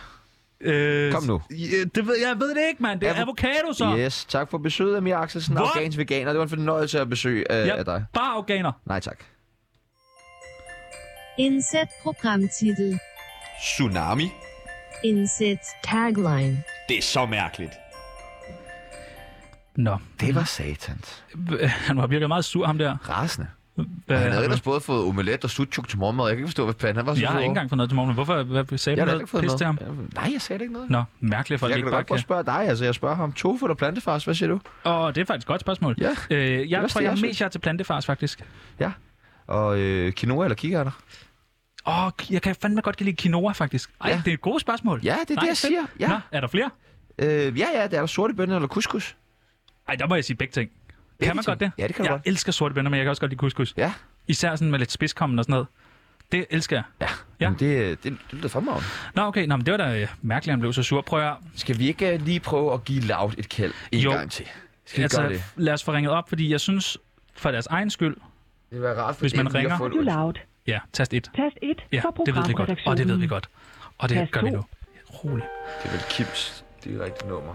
S1: Øh,
S2: Kom nu.
S1: Ja, det ved, jeg ved det ikke, mand. Det er
S2: Avo-
S1: avocado, så.
S2: Yes, tak for besøget, Amir Axelsen,
S1: Hvor-
S2: afghansk veganer. Det var en fornøjelse at besøge øh,
S1: Jeg
S2: af dig.
S1: bare afghaner.
S2: Nej, tak.
S4: Inset Programmtitel.
S5: Tsunami.
S4: Inset Tagline.
S5: Det er så mærkeligt.
S1: Nå,
S2: Det var satans.
S1: han var virkelig meget sur, ham der.
S2: Rasende.
S1: Hvad,
S2: Han havde
S1: har du-
S2: ellers både fået omelet og sutjuk til morgenmad. Jeg kan ikke forstå, hvad fanden han var så
S1: jeg
S2: sur
S1: har ikke
S2: over.
S1: engang fået noget til morgen. Hvorfor hvad, sagde
S2: Jeg
S1: du
S2: har da heller ikke fået
S1: noget pis til ham?
S2: noget. Jamen, Nej, jeg sagde da ikke noget.
S1: Nå, mærkeligt folk
S2: jeg kan
S1: ikke
S2: da
S1: bare
S2: godt prøve
S1: kan.
S2: at spørge dig. Altså, jeg spørger ham, tofu eller plantefars, hvad siger du?
S1: Åh, oh, det er faktisk et godt spørgsmål. øh,
S2: Ja,
S1: jeg
S2: også
S1: tror,
S2: det,
S1: jeg
S2: jeg
S1: er
S2: synes.
S1: mest jeg er til plantefars, faktisk.
S2: Ja. Og øh, quinoa eller kikærter?
S1: Åh, oh, jeg kan fandme godt kan lide quinoa, faktisk. Ej,
S2: Ja.
S1: ja. det er et godt spørgsmål.
S2: Ja, det er det, jeg
S1: fedt.
S2: siger. Ja.
S1: Nå, er der flere?
S2: Øh, ja, ja, det er der sorte bønner eller couscous.
S1: Ej, der må jeg sige begge ting. Kan man godt det?
S2: Ja, det kan du
S1: jeg
S2: godt.
S1: elsker sorte bønder, men jeg kan også godt lide couscous.
S2: Ja.
S1: Især sådan med lidt spidskommen og sådan noget. Det elsker jeg.
S2: Ja.
S1: Ja.
S2: Jamen, det, det, det lyder fremragende.
S1: Nå, okay. Nå, men det var da øh, mærkeligt, at han blev så sur. Prøv at høre.
S2: Skal vi ikke øh, lige prøve at give Loud et kald en
S1: Jo.
S2: gang til? Skal vi
S1: altså,
S2: gøre det?
S1: lad os få ringet op, fordi jeg synes, for deres egen skyld,
S2: Det vil være rart for
S1: hvis
S2: dem
S1: man
S2: lige at
S1: ringer.
S2: få en
S6: Radio
S2: undskyldning.
S6: Loud.
S1: ja, tast 1.
S6: Tast 1
S1: Ja,
S6: for
S1: det ved vi godt. Og det ved vi godt. Og det
S6: Tast
S1: gør vi
S6: to.
S1: nu. Rolig.
S2: Det er vel Kims direkte nummer.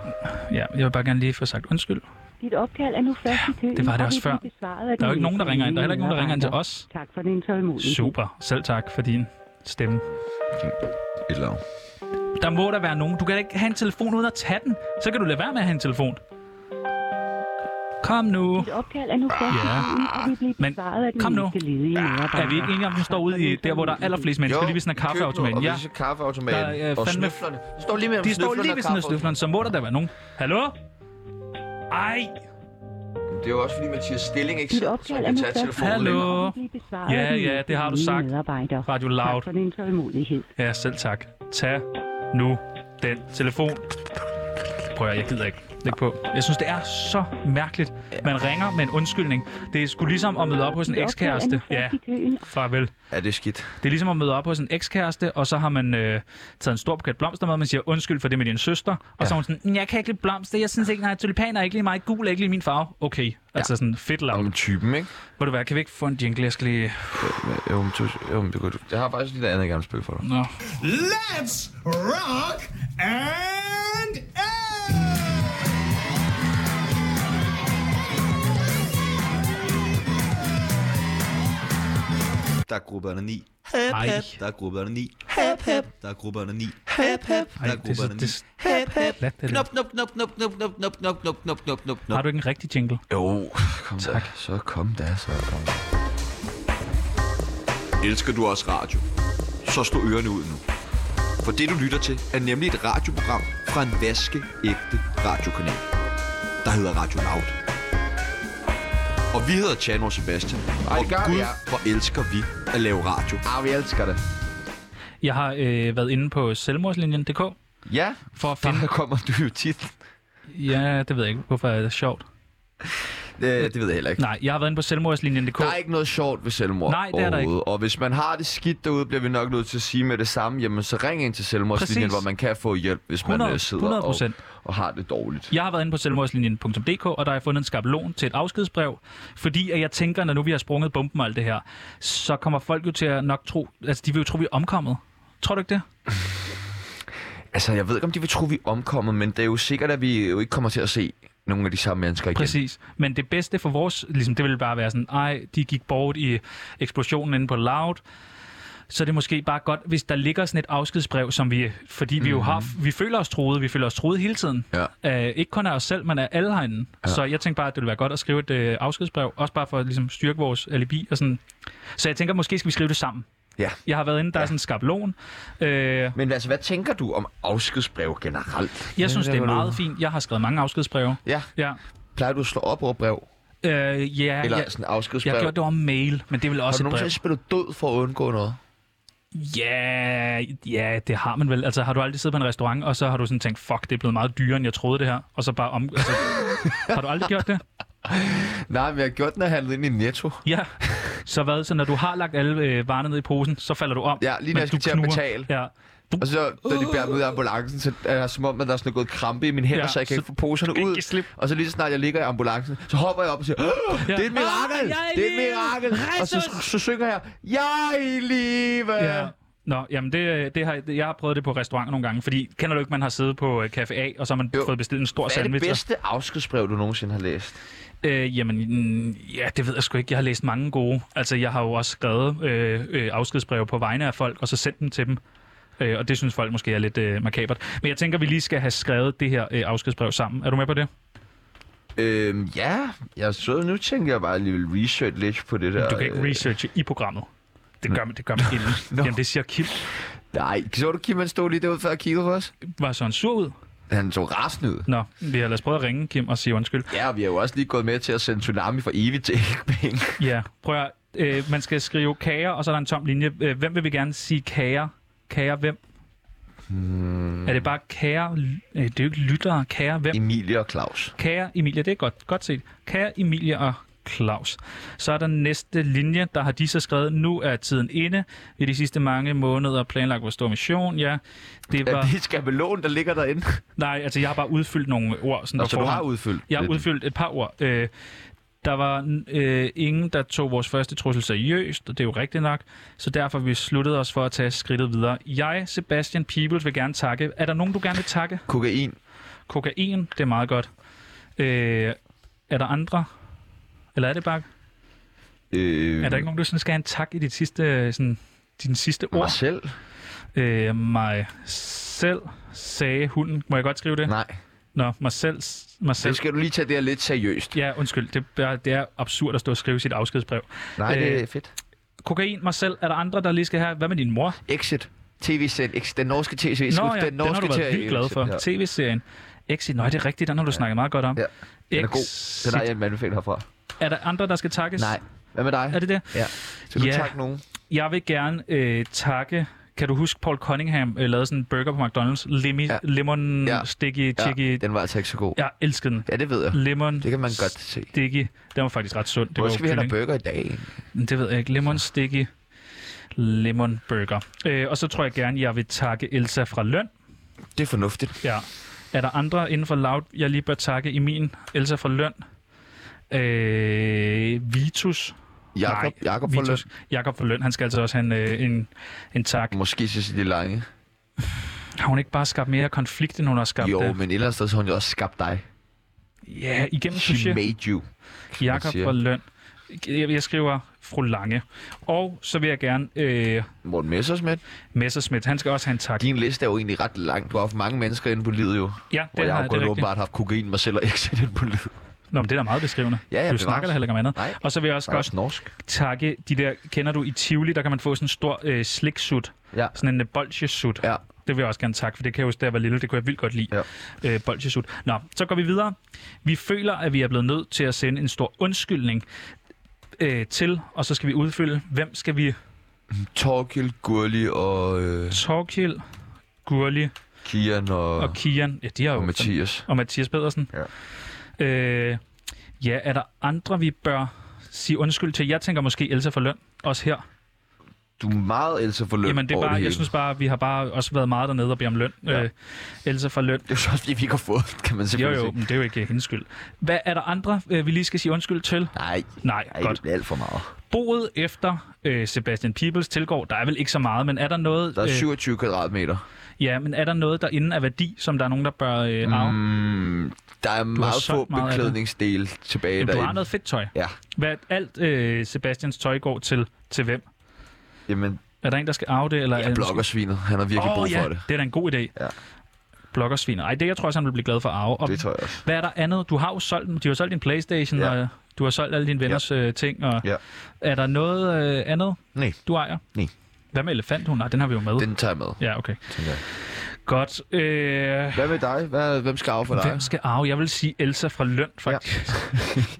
S1: Ja, jeg vil bare gerne lige få sagt undskyld.
S6: Dit opkald er nu først i køen.
S1: det var det også før.
S6: Der
S1: Der er jo ikke nogen, der ringer ind. Der er heller ikke nogen, der ringer ind til os.
S6: Tak for din tålmodighed.
S1: Super. Selv tak for din stemme.
S2: Et lav.
S1: Der må der være nogen. Du kan da ikke have en telefon uden at tage den. Så kan du lade være med at have en telefon. Kom nu.
S6: Dit opkald er nu først i
S1: Ja.
S6: køen, og vi bliver
S1: Men
S6: besvaret af den
S1: kom nu.
S6: næste ledige medarbejder.
S1: Er vi ikke enige om, at hun står ude i der, hvor der er allerflest mennesker, lige ved sådan en kaffeautomaten?
S2: Ja.
S1: Ja,
S2: Og ved kaffeautomaten.
S1: Der er, øh,
S2: og
S1: fandme-
S2: snøflerne. De står lige med
S1: de står lige ved sådan en snøfleren, så må der da være nogen. Hallo? Ej,
S2: Det er jo også fordi, man siger stilling, ikke?
S6: Dit
S2: Så
S6: opkald
S2: man
S6: er
S2: kan
S6: nu
S2: tage
S6: først i køen,
S2: telefonen
S1: Hallo?
S2: længere.
S6: og vi bliver besvaret
S1: Ja,
S6: af den
S1: ja,
S6: næste
S1: det har du
S6: ledige
S1: sagt.
S6: medarbejder.
S1: Radio
S6: Tak
S1: Loud.
S6: for din tålmodighed.
S1: Ja, selv tak. Tag nu den telefon. Prøv at, jeg gider ikke. Læg på. Jeg synes, det er så mærkeligt. Man ringer med en undskyldning. Det er sgu ligesom at møde op hos en
S6: Dit opkald er nu
S1: ekskæreste. Ja,
S6: først i køen,
S1: farvel.
S2: Ja, det er skidt.
S1: Det er ligesom at møde op hos en ekskæreste, og så har man øh, taget en stor buket blomster med, og man siger, undskyld for det med din søster. Og så er hun sådan, "Men jeg kan ikke lide blomster, jeg synes ikke, nej, tulipaner er ikke lige mig, gul er ikke lige min farve. Okay, altså sådan fedt lavt.
S2: Om typen, ikke?
S1: Må du være, kan vi ikke få en jingle, jeg skal lige...
S2: Jo, men, du, jo, men det kunne du. Jeg har faktisk lige et andet gammelt spil for dig.
S1: Nå.
S8: Let's rock and end!
S5: Der er grupperne 9.
S1: Ej,
S5: Der er grupperne 9. Hep, hep. Der er grupperne 9. Hep, hep. Der
S1: ej
S5: er
S1: det, er så- det,
S5: grupperne 9.
S1: det,
S5: Hep, hep.
S1: det, det,
S5: Knop, knop, knop, knop, knop, knop, knop, knop, knop, knop, knop, knop, knop.
S1: Har du ikke en rigtig jingle?
S2: Jo, kom tak. Da. Så kom da, så.
S5: Elsker du også radio? Så stå ørerne ud nu. For det du lytter til er nemlig et radioprogram fra en vaskeægte radiokanal, der hedder Radio Loud. Og vi hedder Tjano og Sebastian,
S2: Ej,
S5: og
S2: det gør vi,
S5: gud,
S2: ja.
S5: hvor elsker vi at lave radio.
S2: Ah, vi elsker det.
S1: Jeg har øh, været inde på selvmordslinjen.dk
S2: Ja,
S1: for at finde...
S2: der kommer du jo tit.
S1: Ja, det ved jeg ikke, hvorfor er det sjovt.
S2: Det, det ved jeg heller ikke.
S1: Nej, jeg har været inde på selvmordslinjen.dk.
S2: Der er ikke noget sjovt ved selvmord
S1: Nej, det er der ikke.
S2: overhovedet. Og hvis man har det skidt derude, bliver vi nok nødt til at sige med det samme, jamen så ring ind til selvmordslinjen,
S1: Præcis.
S2: hvor man kan få hjælp, hvis
S1: 100
S2: man øh, sidder
S1: 100%.
S2: Og, og har det dårligt.
S1: Jeg har været inde på selvmordslinjen.dk, og der har jeg fundet en skabelon til et afskedsbrev, fordi at jeg tænker, når nu vi har sprunget bomben og alt det her, så kommer folk jo til at nok tro, altså de vil jo tro, vi er omkommet. Tror du ikke det?
S2: Altså, jeg ved ikke, om de vil tro, vi er omkommet, men det er jo sikkert, at vi jo ikke kommer til at se nogle af de samme mennesker igen.
S1: Præcis. Men det bedste for vores, ligesom, det ville bare være sådan, ej, de gik bort i eksplosionen inde på Loud, så er det måske bare godt, hvis der ligger sådan et afskedsbrev, som vi, fordi vi jo har, vi føler os troede, vi føler os troede hele tiden.
S2: Ja.
S1: Øh, ikke kun af os selv, men af alle herinde. Ja. Så jeg tænkte bare, at det ville være godt at skrive et øh, afskedsbrev, også bare for at ligesom, styrke vores alibi og sådan. Så jeg tænker, måske skal vi skrive det sammen.
S2: Ja.
S1: Jeg har været inde, der ja. er sådan en skabelon. Øh,
S2: Men altså, hvad tænker du om afskedsbrev generelt?
S1: jeg synes, det er
S2: var
S1: meget fint. Jeg har skrevet mange afskedsbreve.
S2: Ja.
S1: Ja.
S2: Plejer du at slå op over brev?
S1: Øh, ja,
S2: Eller
S1: jeg,
S2: sådan
S1: jeg
S2: afskedsbrev?
S1: gjorde det over mail, men det vil
S2: Har du
S1: også et brev.
S2: nogensinde spillet død for at undgå noget?
S1: Ja, ja, det har man vel. Altså, har du aldrig siddet på en restaurant, og så har du sådan tænkt, fuck, det er blevet meget dyrere, end jeg troede det her, og så bare om... Altså, har du aldrig gjort det?
S2: Nej, men jeg har gjort, når jeg handlede ind i Netto.
S1: Ja. Så hvad, så når du har lagt alle øh, varerne ned i posen, så falder du om.
S2: Ja, lige når
S1: men
S2: jeg skal
S1: du
S2: til at
S1: knurrer.
S2: betale.
S1: Ja.
S2: Og så, da de bærer mig ud af ambulancen, så er jeg som om, at der er sådan gået krampe i mine hænder, ja,
S1: Ja,
S2: så jeg kan
S1: så
S2: ikke få poserne
S1: du kan
S2: ud.
S1: ikke slippe.
S2: Og så lige så snart jeg ligger i ambulancen, så hopper jeg op og siger, "Åh, det er et mirakel!
S1: Ah, jeg er i
S2: det er et
S1: live!
S2: mirakel! Og så,
S1: Jesus!
S2: så synger jeg, jeg er i live!
S1: Ja. Nå, jamen det, øh, det har, jeg har prøvet det på restauranter nogle gange, fordi kender du ikke, man har siddet på øh, Café A, og så har man
S2: Jo.
S1: jo. fået bestilt en stor
S2: Hvad er det
S1: sandwich. og-
S2: bedste afskedsbrev, du nogensinde har læst?
S1: Øh, jamen, mm, ja, det ved jeg sgu ikke. Jeg har læst mange gode. Altså, jeg har jo også skrevet øh, øh, afskedsbreve på vegne af folk, og så sendt dem til dem. Øh, og det synes folk måske er lidt øh, makabert. Men jeg tænker, vi lige skal have skrevet det her øh, afskedsbrev sammen. Er du med på det?
S2: Øhm, ja, jeg så nu tænker jeg bare, at jeg vil research lidt på det der.
S1: Du kan ikke
S2: øh,
S1: researche i programmet. Det gør man, det gør man inden. Jamen, det siger Kim.
S2: Nej, så du Kim, han stod lige derude før og kiggede på os?
S1: Var Søren sur ud?
S2: Han så rasende ud.
S1: Nå, vi har lad os prøve at ringe Kim og sige undskyld.
S2: Ja, og vi har jo også lige gået med til at sende Tsunami for evigt til Ekbæng.
S1: Ja, prøv at, øh, Man skal skrive kager, og så er der en tom linje. Øh, Hvem vil vi gerne sige kager? Kager hvem? Hmm. Er det bare kære... øh, Det er jo ikke lyttere. Kære hvem?
S2: Emilie og Claus.
S1: Kære Emilie, det er godt, godt set. Kære Emilie og Claus. Så er der næste linje, der har de så skrevet, nu er tiden inde. Vi de sidste mange måneder planlagt vores store mission, ja. Det
S2: Er
S1: var...
S2: det skabelån, der ligger derinde?
S1: Nej, altså jeg har bare udfyldt nogle ord. Sådan
S2: Nå,
S1: på
S2: så Altså, du
S1: forhånd.
S2: har udfyldt
S1: Jeg har
S2: lidt.
S1: udfyldt et par ord. Øh, der var øh, ingen, der tog vores første trussel seriøst, og det er jo rigtigt nok, så derfor har vi sluttet os for at tage skridtet videre. Jeg, Sebastian Peebles, vil gerne takke. Er der nogen, du gerne vil takke?
S2: Kokain.
S1: Kokain, det er meget godt. Øh, er der andre? Eller er det bare...
S2: Øh,
S1: Er der ikke nogen, du sådan skal have en tak i dit sidste, sådan, din sidste
S2: mig
S1: ord?
S2: selv?
S1: Øh, mig selv sagde hunden. Må jeg godt skrive det?
S2: Nej.
S1: Nå, mig selv, mig selv
S2: Det skal du lige tage det her lidt seriøst.
S1: Ja, undskyld. Det, er- det er absurd at stå og skrive sit afskedsbrev.
S2: Nej,
S1: Øh.
S2: det er fedt.
S1: Kokain, mig selv. Er der andre, der lige skal have? Hvad med din mor?
S2: Exit. TV-send. Exit. Den norske tv
S1: Nå ja, den, har du været helt glad for.
S2: Ja.
S1: TV-serien. Exit. Nå, det er rigtigt. Den har du snakket meget godt om.
S2: Ja, Den er god. Den
S1: Exit.
S2: har jeg en anbefaling herfra.
S1: Er der andre, der skal takkes?
S2: Nej. Hvad med dig?
S1: Er det det?
S2: Ja. Skal du
S1: Ja.
S2: takke nogen?
S1: Jeg vil gerne øh, takke... Kan du huske, Paul Cunningham øh, lavede sådan en burger på McDonald's? Lemmy,
S2: Ja.
S1: ja. Lemon,
S2: Ja.
S1: ja. sticky,
S2: Ja,
S1: chicky... Ja.
S2: den var altså ikke så god.
S1: Jeg elskede den.
S2: Ja, det ved jeg.
S1: Lemon,
S2: Det kan man godt se.
S1: sticky... Den var faktisk ret sund. Det
S2: Hvor
S1: var jo
S2: skal vi have
S1: kylling.
S2: noget burger i dag?
S1: Men Det ved jeg ikke. Lemon sticky lemon burger. Øh, og så tror jeg gerne, jeg vil takke Elsa fra Løn.
S2: Det er fornuftigt.
S1: Ja. Er der andre inden for Loud, jeg lige bør takke i min? Elsa fra Løn. Øh, Vitus.
S2: Jakob,
S1: Nej,
S2: Jakob fra Løn. Mm.
S1: Vitus. Jakob fra Løn. Han skal altså også have en, øh, en, en tak.
S2: Måske Cecilie Lange.
S1: Har hun ikke bare skabt mere konflikt, end hun har skabt
S2: Jo,
S1: det?
S2: men ellers så har hun jo også skabt dig.
S1: Ja, igennem
S2: She
S1: succes.
S2: made you.
S1: Jakob
S2: siger.
S1: fra Løn. Jeg, jeg skriver fru Lange. Og så vil jeg gerne... Øh,
S2: Morten Messersmith.
S1: Messerschmidt, han skal også have en tak.
S2: Din liste er jo egentlig ret lang. Du har haft mange mennesker inde på livet jo.
S1: Ja,
S2: Hvor
S1: det
S2: jeg har
S1: har det er
S2: jo kun
S1: rigtigt.
S2: åbenbart haft kokain, mig selv og exit inde på livet.
S1: Nå, men det er da meget beskrivende.
S2: Ja, ja,
S1: du
S2: bevares.
S1: snakker da heller ikke om andet.
S2: Nej.
S1: Og så vil jeg også
S2: Der er
S1: godt
S2: også norsk.
S1: takke de der, kender du i Tivoli, der kan man få sådan en stor øh, sliksut.
S2: Ja.
S1: Sådan en øh, bolsjesut.
S2: Ja.
S1: Det vil jeg også gerne takke, for det kan jeg huske, da jeg var lille, det kunne jeg vildt godt lide. Ja. Øh, bolsjesut. Nå, så går vi videre. Vi føler, at vi er blevet nødt til at sende en stor undskyldning øh, til, og så skal vi udfylde, hvem skal vi?
S2: Torkild, Gurli og øh,
S1: Torkild, Gurli
S2: Kian og,
S1: og Kian. Ja, de har jo
S2: og Mathias.
S1: og Mathias Pedersen. Ja. Øh, ja, er der andre, vi bør sige undskyld til? Jeg tænker måske Elsa for løn, også her.
S2: Du er meget Elsa for løn
S1: Jamen, det er
S2: over
S1: bare,
S2: hele.
S1: jeg synes bare, vi har bare også været meget dernede og bede om løn. Ja. Øh, Elsa for løn.
S2: Det er jo så også, fordi vi ikke har fået den, kan man
S1: Jo,
S2: selvfølgelig
S1: jo,
S2: sige.
S1: men det er jo ikke øh, hendes skyld. Hvad er der andre, øh, vi lige skal sige undskyld til?
S2: Nej,
S1: Nej,
S2: nej
S1: godt.
S2: det bliver alt for meget.
S1: Boet efter øh, Sebastian Peebles tilgår, der er vel ikke så meget, men er der noget,
S2: Der er
S1: øh,
S2: 27 kvadratmeter.
S1: ja, men er der noget derinde af værdi, som der er nogen, der bør øh, arve? Mm,
S2: Mm, der er meget
S1: solgt
S2: få
S1: meget af det.
S2: beklædningsdele tilbage
S1: Jamen, du har
S2: derinde.
S1: noget fedt tøj.
S2: Ja,
S1: Hvad alt øh, Sebastians tøj går til, til hvem?
S2: jamen,
S1: Er der en, der skal arve det? Eller er
S2: jeg
S1: det måske-
S2: blokker svinet. Han har virkelig
S1: Åh,
S2: brug
S1: ja,
S2: for det.
S1: det er da en god idé.
S2: Ja.
S1: Bloggersvin. Ej, det jeg tror også, han vil blive glad for at arve. Og
S2: Det tror jeg også.
S1: Hvad er der andet? Du har jo solgt, de har jo solgt din Playstation,
S2: Ja.
S1: ja. og du har solgt alle dine venners ja. ting. Og
S2: Ja.
S1: Er der noget øh, andet,
S2: Nej.
S1: du ejer?
S2: Nej.
S1: Hvad med elefanthunden? Nej, den har vi jo med.
S2: Den tager jeg med.
S1: Ja, okay.
S2: tænker jeg.
S1: Godt. Øh,
S2: Hvad med dig? Hvad, hvem skal af for dig?
S1: hvem skal arve? Jeg vil sige Elsa fra Løn, faktisk.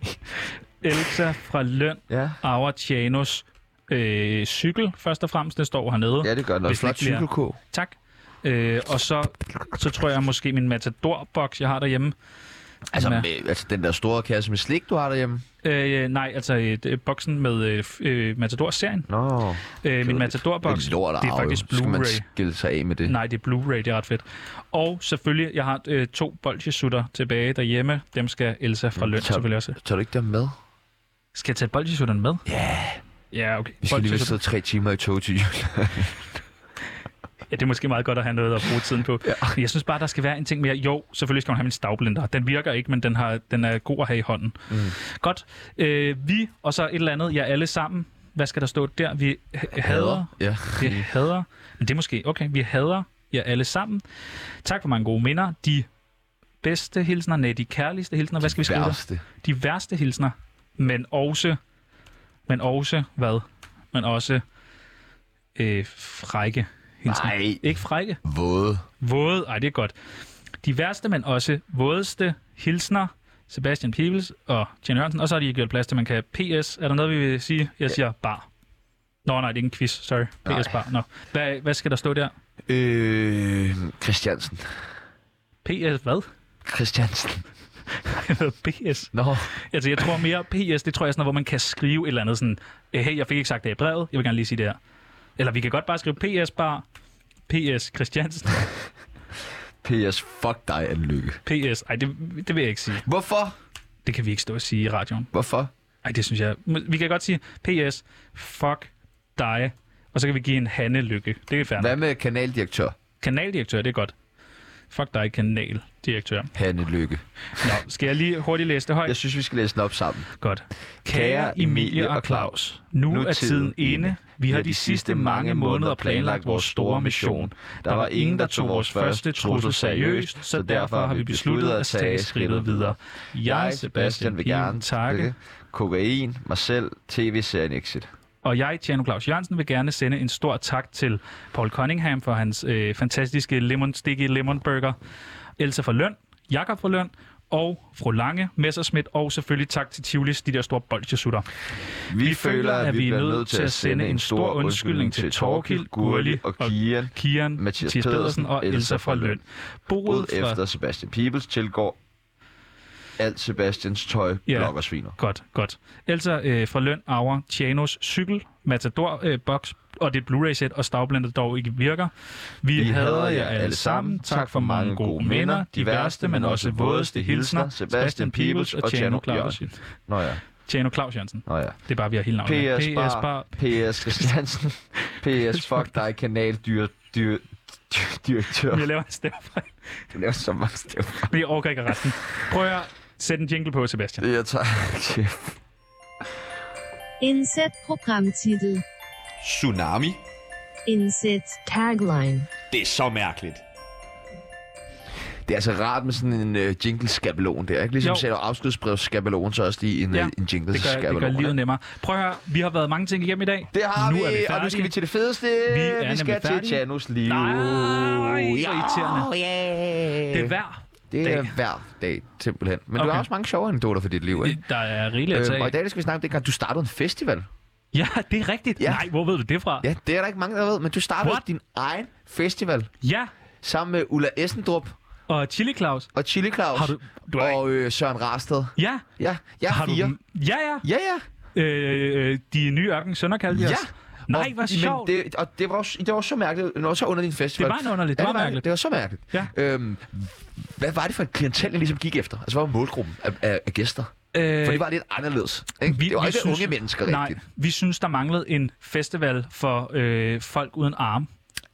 S1: Ja. Elsa fra Løn
S2: Ja.
S1: arver Tjanos øh, cykel, først og fremmest. Den står hernede.
S2: ja, det gør den. Og
S1: Hvis
S2: Flot
S1: det ikke bliver-
S2: cykelko.
S1: Tak. Øh, og så, så tror jeg måske min matador-boks, jeg har derhjemme.
S2: Altså,
S1: med-
S2: med, altså, den der store kasse med slik, du har derhjemme.
S1: Øh, nej, altså øh, det er boksen med øh, f- øh, Matador-serien.
S2: Nå.
S1: Øh, min
S2: Det
S1: Matador-boks,
S2: er lort at
S1: det er
S2: arve,
S1: faktisk
S2: jo. Skal man
S1: Blu-ray.
S2: skille sig af med det?
S1: Nej, det er Blu-ray, det er ret fedt. Og selvfølgelig, jeg har øh, to bolsjesutter tilbage derhjemme. Dem skal Elsa fra Løn
S2: tak.
S1: selvfølgelig også. have.
S2: Tager du ikke dem med?
S1: Skal jeg tage bolsjesutterne med? Ja. Ja, okay.
S2: Vi skal lige
S1: Bolsjesutter-
S2: sidde tre timer i tog til jul.
S1: Ja, det er måske meget godt at have noget at bruge tiden på. ja. Jeg synes bare, der skal være en ting mere. Jo, selvfølgelig skal hun have min stavblender. Den virker ikke, men den, har, den er god at have i hånden. Mm. Godt. Øh, vi, og så et eller andet, jer alle sammen. Hvad skal der stå der? Vi h- hader.
S2: Ja.
S1: Vi hader. Men det er måske, okay, vi hader jer alle sammen. Tak for mange gode minder. De bedste hilsner, nej, de kærligste hilsner. Hvad skal vi skrive der?
S2: Værste.
S1: De værste hilsner. Men også, men også hvad? Men også øh, frække hilsner.
S2: Nej.
S1: Ikke frække.
S2: Våde.
S1: Våde. Ej, det er godt. De værste, men også vådeste hilsner. Sebastian Peebles og Jan Jørgensen. Og så har de gjort plads til, at man kan PS. Er der noget, vi vil sige? Jeg siger bar. Nå, nej, det er ikke en quiz. Sorry. PS Bar. Nå. Hvad, hvad skal der stå der?
S2: Øh, Christiansen.
S1: PS hvad?
S2: Christiansen.
S1: PS.
S2: Nå,
S1: Altså, jeg tror mere PS, det tror jeg er sådan noget, hvor man kan skrive et eller andet sådan, "Øh, hey, jeg fik ikke sagt det i brevet, jeg vil gerne lige sige det her. Eller vi kan godt bare skrive PS bar, PS Christiansen,
S2: PS, fuck dig, Anne Lykke.
S1: PS, ej, det, det vil jeg ikke sige.
S2: Hvorfor?
S1: Det kan vi ikke stå og sige i radioen.
S2: Hvorfor?
S1: Ej, det synes jeg. Men Vi kan godt sige PS, fuck dig, og så kan vi give en Hanne Lykke. Det er færdigt.
S2: Hvad med kanaldirektør
S1: Kanaldirektør, det er godt. Fuck dig, kanaldirektør.
S2: Hanne Lykke?
S1: Nå, skal jeg lige hurtigt læse det højt?
S2: Jeg synes, vi skal læse den op sammen.
S1: Godt.
S2: Kære Emilie og Claus,
S1: nu, er tiden inde. Vi har de sidste mange måneder planlagt vores store mission. Der var ingen, der tog vores første trussel seriøst, så derfor har vi besluttet at tage skridtet videre. Jeg, Sebastian, vil gerne takke,
S2: kokain, mig selv, tv-serien Exit.
S1: og jeg, Tjerno Claus Jørgensen, vil gerne sende en stor tak til Paul Cunningham for hans øh, fantastiske lemon sticky lemon burger, Elsa for Løn, Jakob for Løn, og fru Lange, Messerschmidt, og selvfølgelig tak til Tivolis, de der store bolsjesutter.
S2: Vi, føler, at vi er nødt til at sende en stor undskyldning til Torkild, Gurli og Kian,
S1: Kian Mathias, Pedersen og Elsa fra Løn. Boet
S2: ud
S1: fra...
S2: efter Sebastian Peebles tilgår alt Sebastians tøj,
S1: Ja.
S2: yeah. blok og sviner.
S1: Godt, godt. Elsa øh, fra Løn arver Tjanos cykel, Matador øh, box og det Blu-ray-sæt og stavblindet dog ikke virker. Vi,
S2: Vi hader jer alle sammen. Tak for mange gode venner. De værste, men også vådeste hilsner. Sebastian Peebles og Tjano Claus.
S1: Jørgensen.
S2: Nå ja,
S1: Tjano Claus Jørgensen.
S2: nå ja.
S1: Det er bare, vi har helt navnet. her.
S2: PS Bar, PS Christiansen, PS Fuck dig, kanal, dyr, dyr, dyr, direktør.
S1: Jeg laver en stemmefejl.
S2: Du laver så mange stemmer.
S1: Men jeg overgår ikke at rette den. Prøv at sætte en jingle på, Sebastian.
S2: Jeg tager kæft.
S4: Inset Programmtitel.
S5: Tsunami?
S4: Inset Tagline.
S5: Det er så mærkeligt.
S2: Det er altså rart med sådan en øh, jingle-skabelon der, ikke? Ligesom
S1: Jo.
S2: jo. sætter afskedsbrevsskabelon, så også lige en,
S1: Ja,
S2: ja. en
S1: Det gør, det
S2: jingle-skabelon.
S1: gør livet nemmere. Prøv at høre, vi har været mange ting igennem i dag.
S2: Det har
S1: nu
S2: vi,
S1: er vi
S2: og nu skal
S1: færdige.
S2: vi til det fedeste.
S1: Vi er
S2: vi
S1: nemlig
S2: skal til
S1: færdige.
S2: Janos liv. Oh,
S1: Nej, så irriterende.
S2: yeah.
S1: Det er værd.
S2: det er
S1: dag.
S2: hver dag, simpelthen. Men okay.
S1: Okay.
S2: du
S1: altså,
S2: har også mange sjove anekdoter for dit liv, ikke?
S1: Der er rigeligt at
S2: Øhm, og
S1: tage.
S2: i dag der skal vi snakke om dengang, du startede en festival.
S1: Ja, det er rigtigt.
S2: Ja.
S1: Nej, hvor ved du det fra?
S2: Ja, det er der ikke mange, der ved, men du startede
S1: What?
S2: din egen festival
S1: Ja,
S2: sammen med Ulla Essendrup
S1: og Chili Claus.
S2: og Chili Claus
S1: Har du... du har
S2: og øh, Søren Rasted.
S1: Ja,
S2: Ja, jeg
S1: har
S2: er fire.
S1: du... dem? Ja, ja.
S2: Ja, ja.
S1: Øh, øh, de nye ørken sønder kaldte de
S2: Ja.
S1: os. Nej, hvor sjovt.
S2: Men det, og det var, også, det var også så mærkeligt. Det var så under din festival.
S1: Det var en underligt. Det var
S2: det,
S1: mærkeligt.
S2: det var så mærkeligt.
S1: Ja.
S2: Øhm, hvad var det for et klientel, I ligesom gik efter? Altså, hvad var målgruppen af, af, af gæster?
S1: Øh,
S2: For det var lidt anderledes. Ikke? det var ikke unge mennesker
S1: nej,
S2: rigtigt.
S1: vi synes, der manglede en festival for øh, folk uden arme.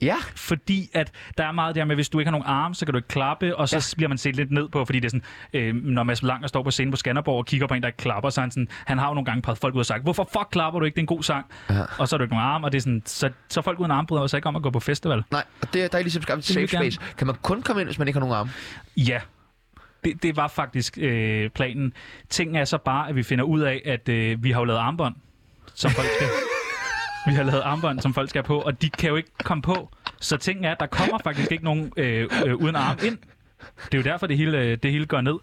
S2: Ja,
S1: Fordi at der er meget der med, hvis du ikke har nogen arme, så kan du ikke klappe, og så ja. bliver man set lidt ned på, fordi det er sådan, øh, når Mads Langer står på scenen på Skanderborg og kigger på en, der ikke klapper, så er han sådan, han har jo nogle gange peget folk ud og sagt, hvorfor fuck klapper du ikke, det er en god sang, ja. og så er du ikke nogen arme, og det er sådan, så, så folk uden arme bryder sig ikke om at gå på festival.
S2: nej. Og det, der er ligesom skabt et
S1: Det vil
S2: safe
S1: vi gerne.
S2: space. Kan man kun komme ind, hvis man ikke har nogen arme?
S1: Ja, det, det var faktisk øh, planen. Tingen er så bare, at vi finder ud af, at øh, vi har jo lavet armbånd, som folk skal... vi har lavet armbånd, som folk skal have på, og de kan jo ikke komme på. Så tingen er, at der kommer faktisk ikke nogen øh, øh, uden arm ind. Det er jo derfor, det hele, øh, det hele går ned.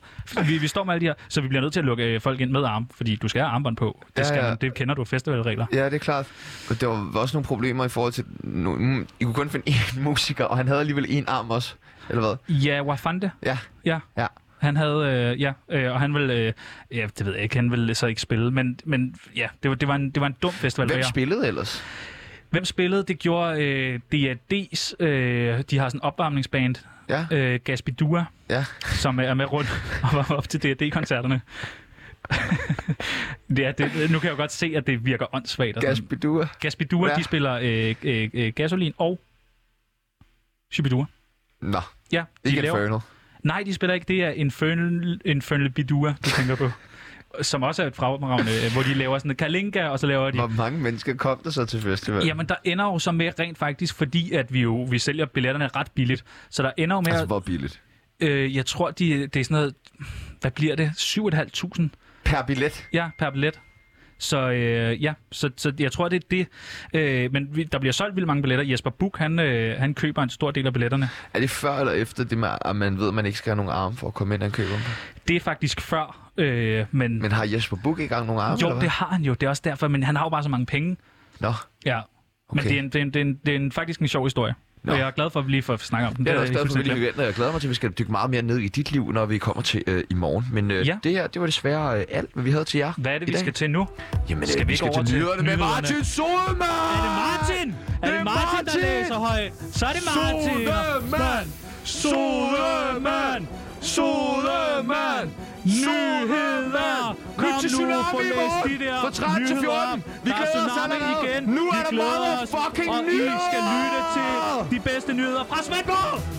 S1: Vi, vi står med alle de her, så vi bliver nødt til at lukke øh, folk ind med arm, fordi du skal have armbånd på. Det,
S2: Ja,
S1: skal
S2: ja.
S1: Man, det kender du festivalregler.
S2: Ja, det er klart. Og Der var også nogle problemer i forhold til... No, I kunne kun finde én musiker, og han havde alligevel én arm også. Eller hvad?
S1: Ja, hvad fanden det?
S2: Ja.
S1: Ja.
S2: Ja.
S1: Han havde, øh, ja, øh, og han ville, øh, ja, det ved jeg ikke, han ville så ikke spille, men, men ja, det var, det, var en, det var en dum festival.
S2: Hvem
S1: og jeg-
S2: spillede ellers?
S1: Hvem spillede? Det gjorde øh, DAD's, øh, de har sådan en opvarmningsband,
S2: Ja.
S1: øh, Gaspidua,
S2: Ja.
S1: som er med rundt og var op til DAD-koncerterne. ja, det, nu kan jeg jo godt se, at det virker åndssvagt. og sådan.
S2: Gaspidua.
S1: Gaspidua,
S2: Ja.
S1: de spiller øh, øh, øh, Gasolin og Shibidua.
S2: Nå,
S1: Ja, de
S2: ikke
S1: laver,
S2: Inferno.
S1: Nej, de spiller ikke. Det er Infernal, Infernal Bidua, du tænker på. Som også er et fremragende, øh, hvor de laver sådan en kalinka, og så laver de...
S2: Hvor mange mennesker kom der så til festivalen?
S1: Jamen, der ender jo så med rent faktisk, fordi at vi jo vi sælger billetterne ret billigt. Så der ender jo med,
S2: Altså,
S1: altså,
S2: hvor billigt?
S1: øh, jeg tror, de, det er sådan noget, hvad bliver det? 7.500
S2: Per billet.
S1: ja, per billet. Så øh, ja, så, så jeg tror, det er det. Øh, men vi, der bliver solgt vildt mange billetter. Jesper Buch, han, øh, han køber en stor del af billetterne.
S2: Er det før eller efter det med, at man ved, at man ikke skal have nogen arme for at komme ind og købe dem?
S1: Det er faktisk før, øh, men...
S2: Men har Jesper Buch ikke engang nogen arme?
S1: Jo,
S2: eller
S1: det har han jo. Det er også derfor, men han har jo bare så mange penge.
S2: Nå,
S1: Ja. Men
S2: Okay.
S1: det er, en, det, er en, det, er en, det er en, faktisk en sjov historie.
S2: Nå.
S1: Og jeg er glad for, at vi lige får snakket om den.
S2: jeg er
S1: Det jeg
S2: også glad for, at vi
S1: fuldstændig
S2: lige
S1: glad.
S2: gik ind, og jeg glæder mig til, at vi skal dykke meget mere ned i dit liv, når vi kommer til øh, i morgen. Men øh,
S1: Ja.
S2: det her, det var desværre øh, alt, hvad vi havde til jer
S1: Hvad er det,
S2: i
S1: vi
S2: dag.
S1: skal til nu?
S2: Jamen,
S1: skal vi
S2: øh, vi
S1: ikke
S2: skal
S1: over
S2: til
S1: til
S2: nyhederne med
S1: nyhederne?
S2: Martin Solman!
S7: Er det Martin? Er det Martin, der læser højt? Så er det Martin!
S2: Solemand! Solemand! Solemand!
S7: Nyheder!
S2: Lyt
S7: Kom
S2: til
S7: nu,
S2: Tsunami
S7: få
S2: i
S7: læst de der
S2: morgen fra 13 til
S7: nyheder
S2: 14. Vi
S7: Der er
S2: glæder os
S7: tsunami
S2: allerede.
S7: igen.
S2: Nu
S7: Vi
S2: er der
S7: glæder os,
S2: motherfucking
S7: og I
S2: nyheder!
S7: skal lytte til de bedste nyheder fra Svendborg!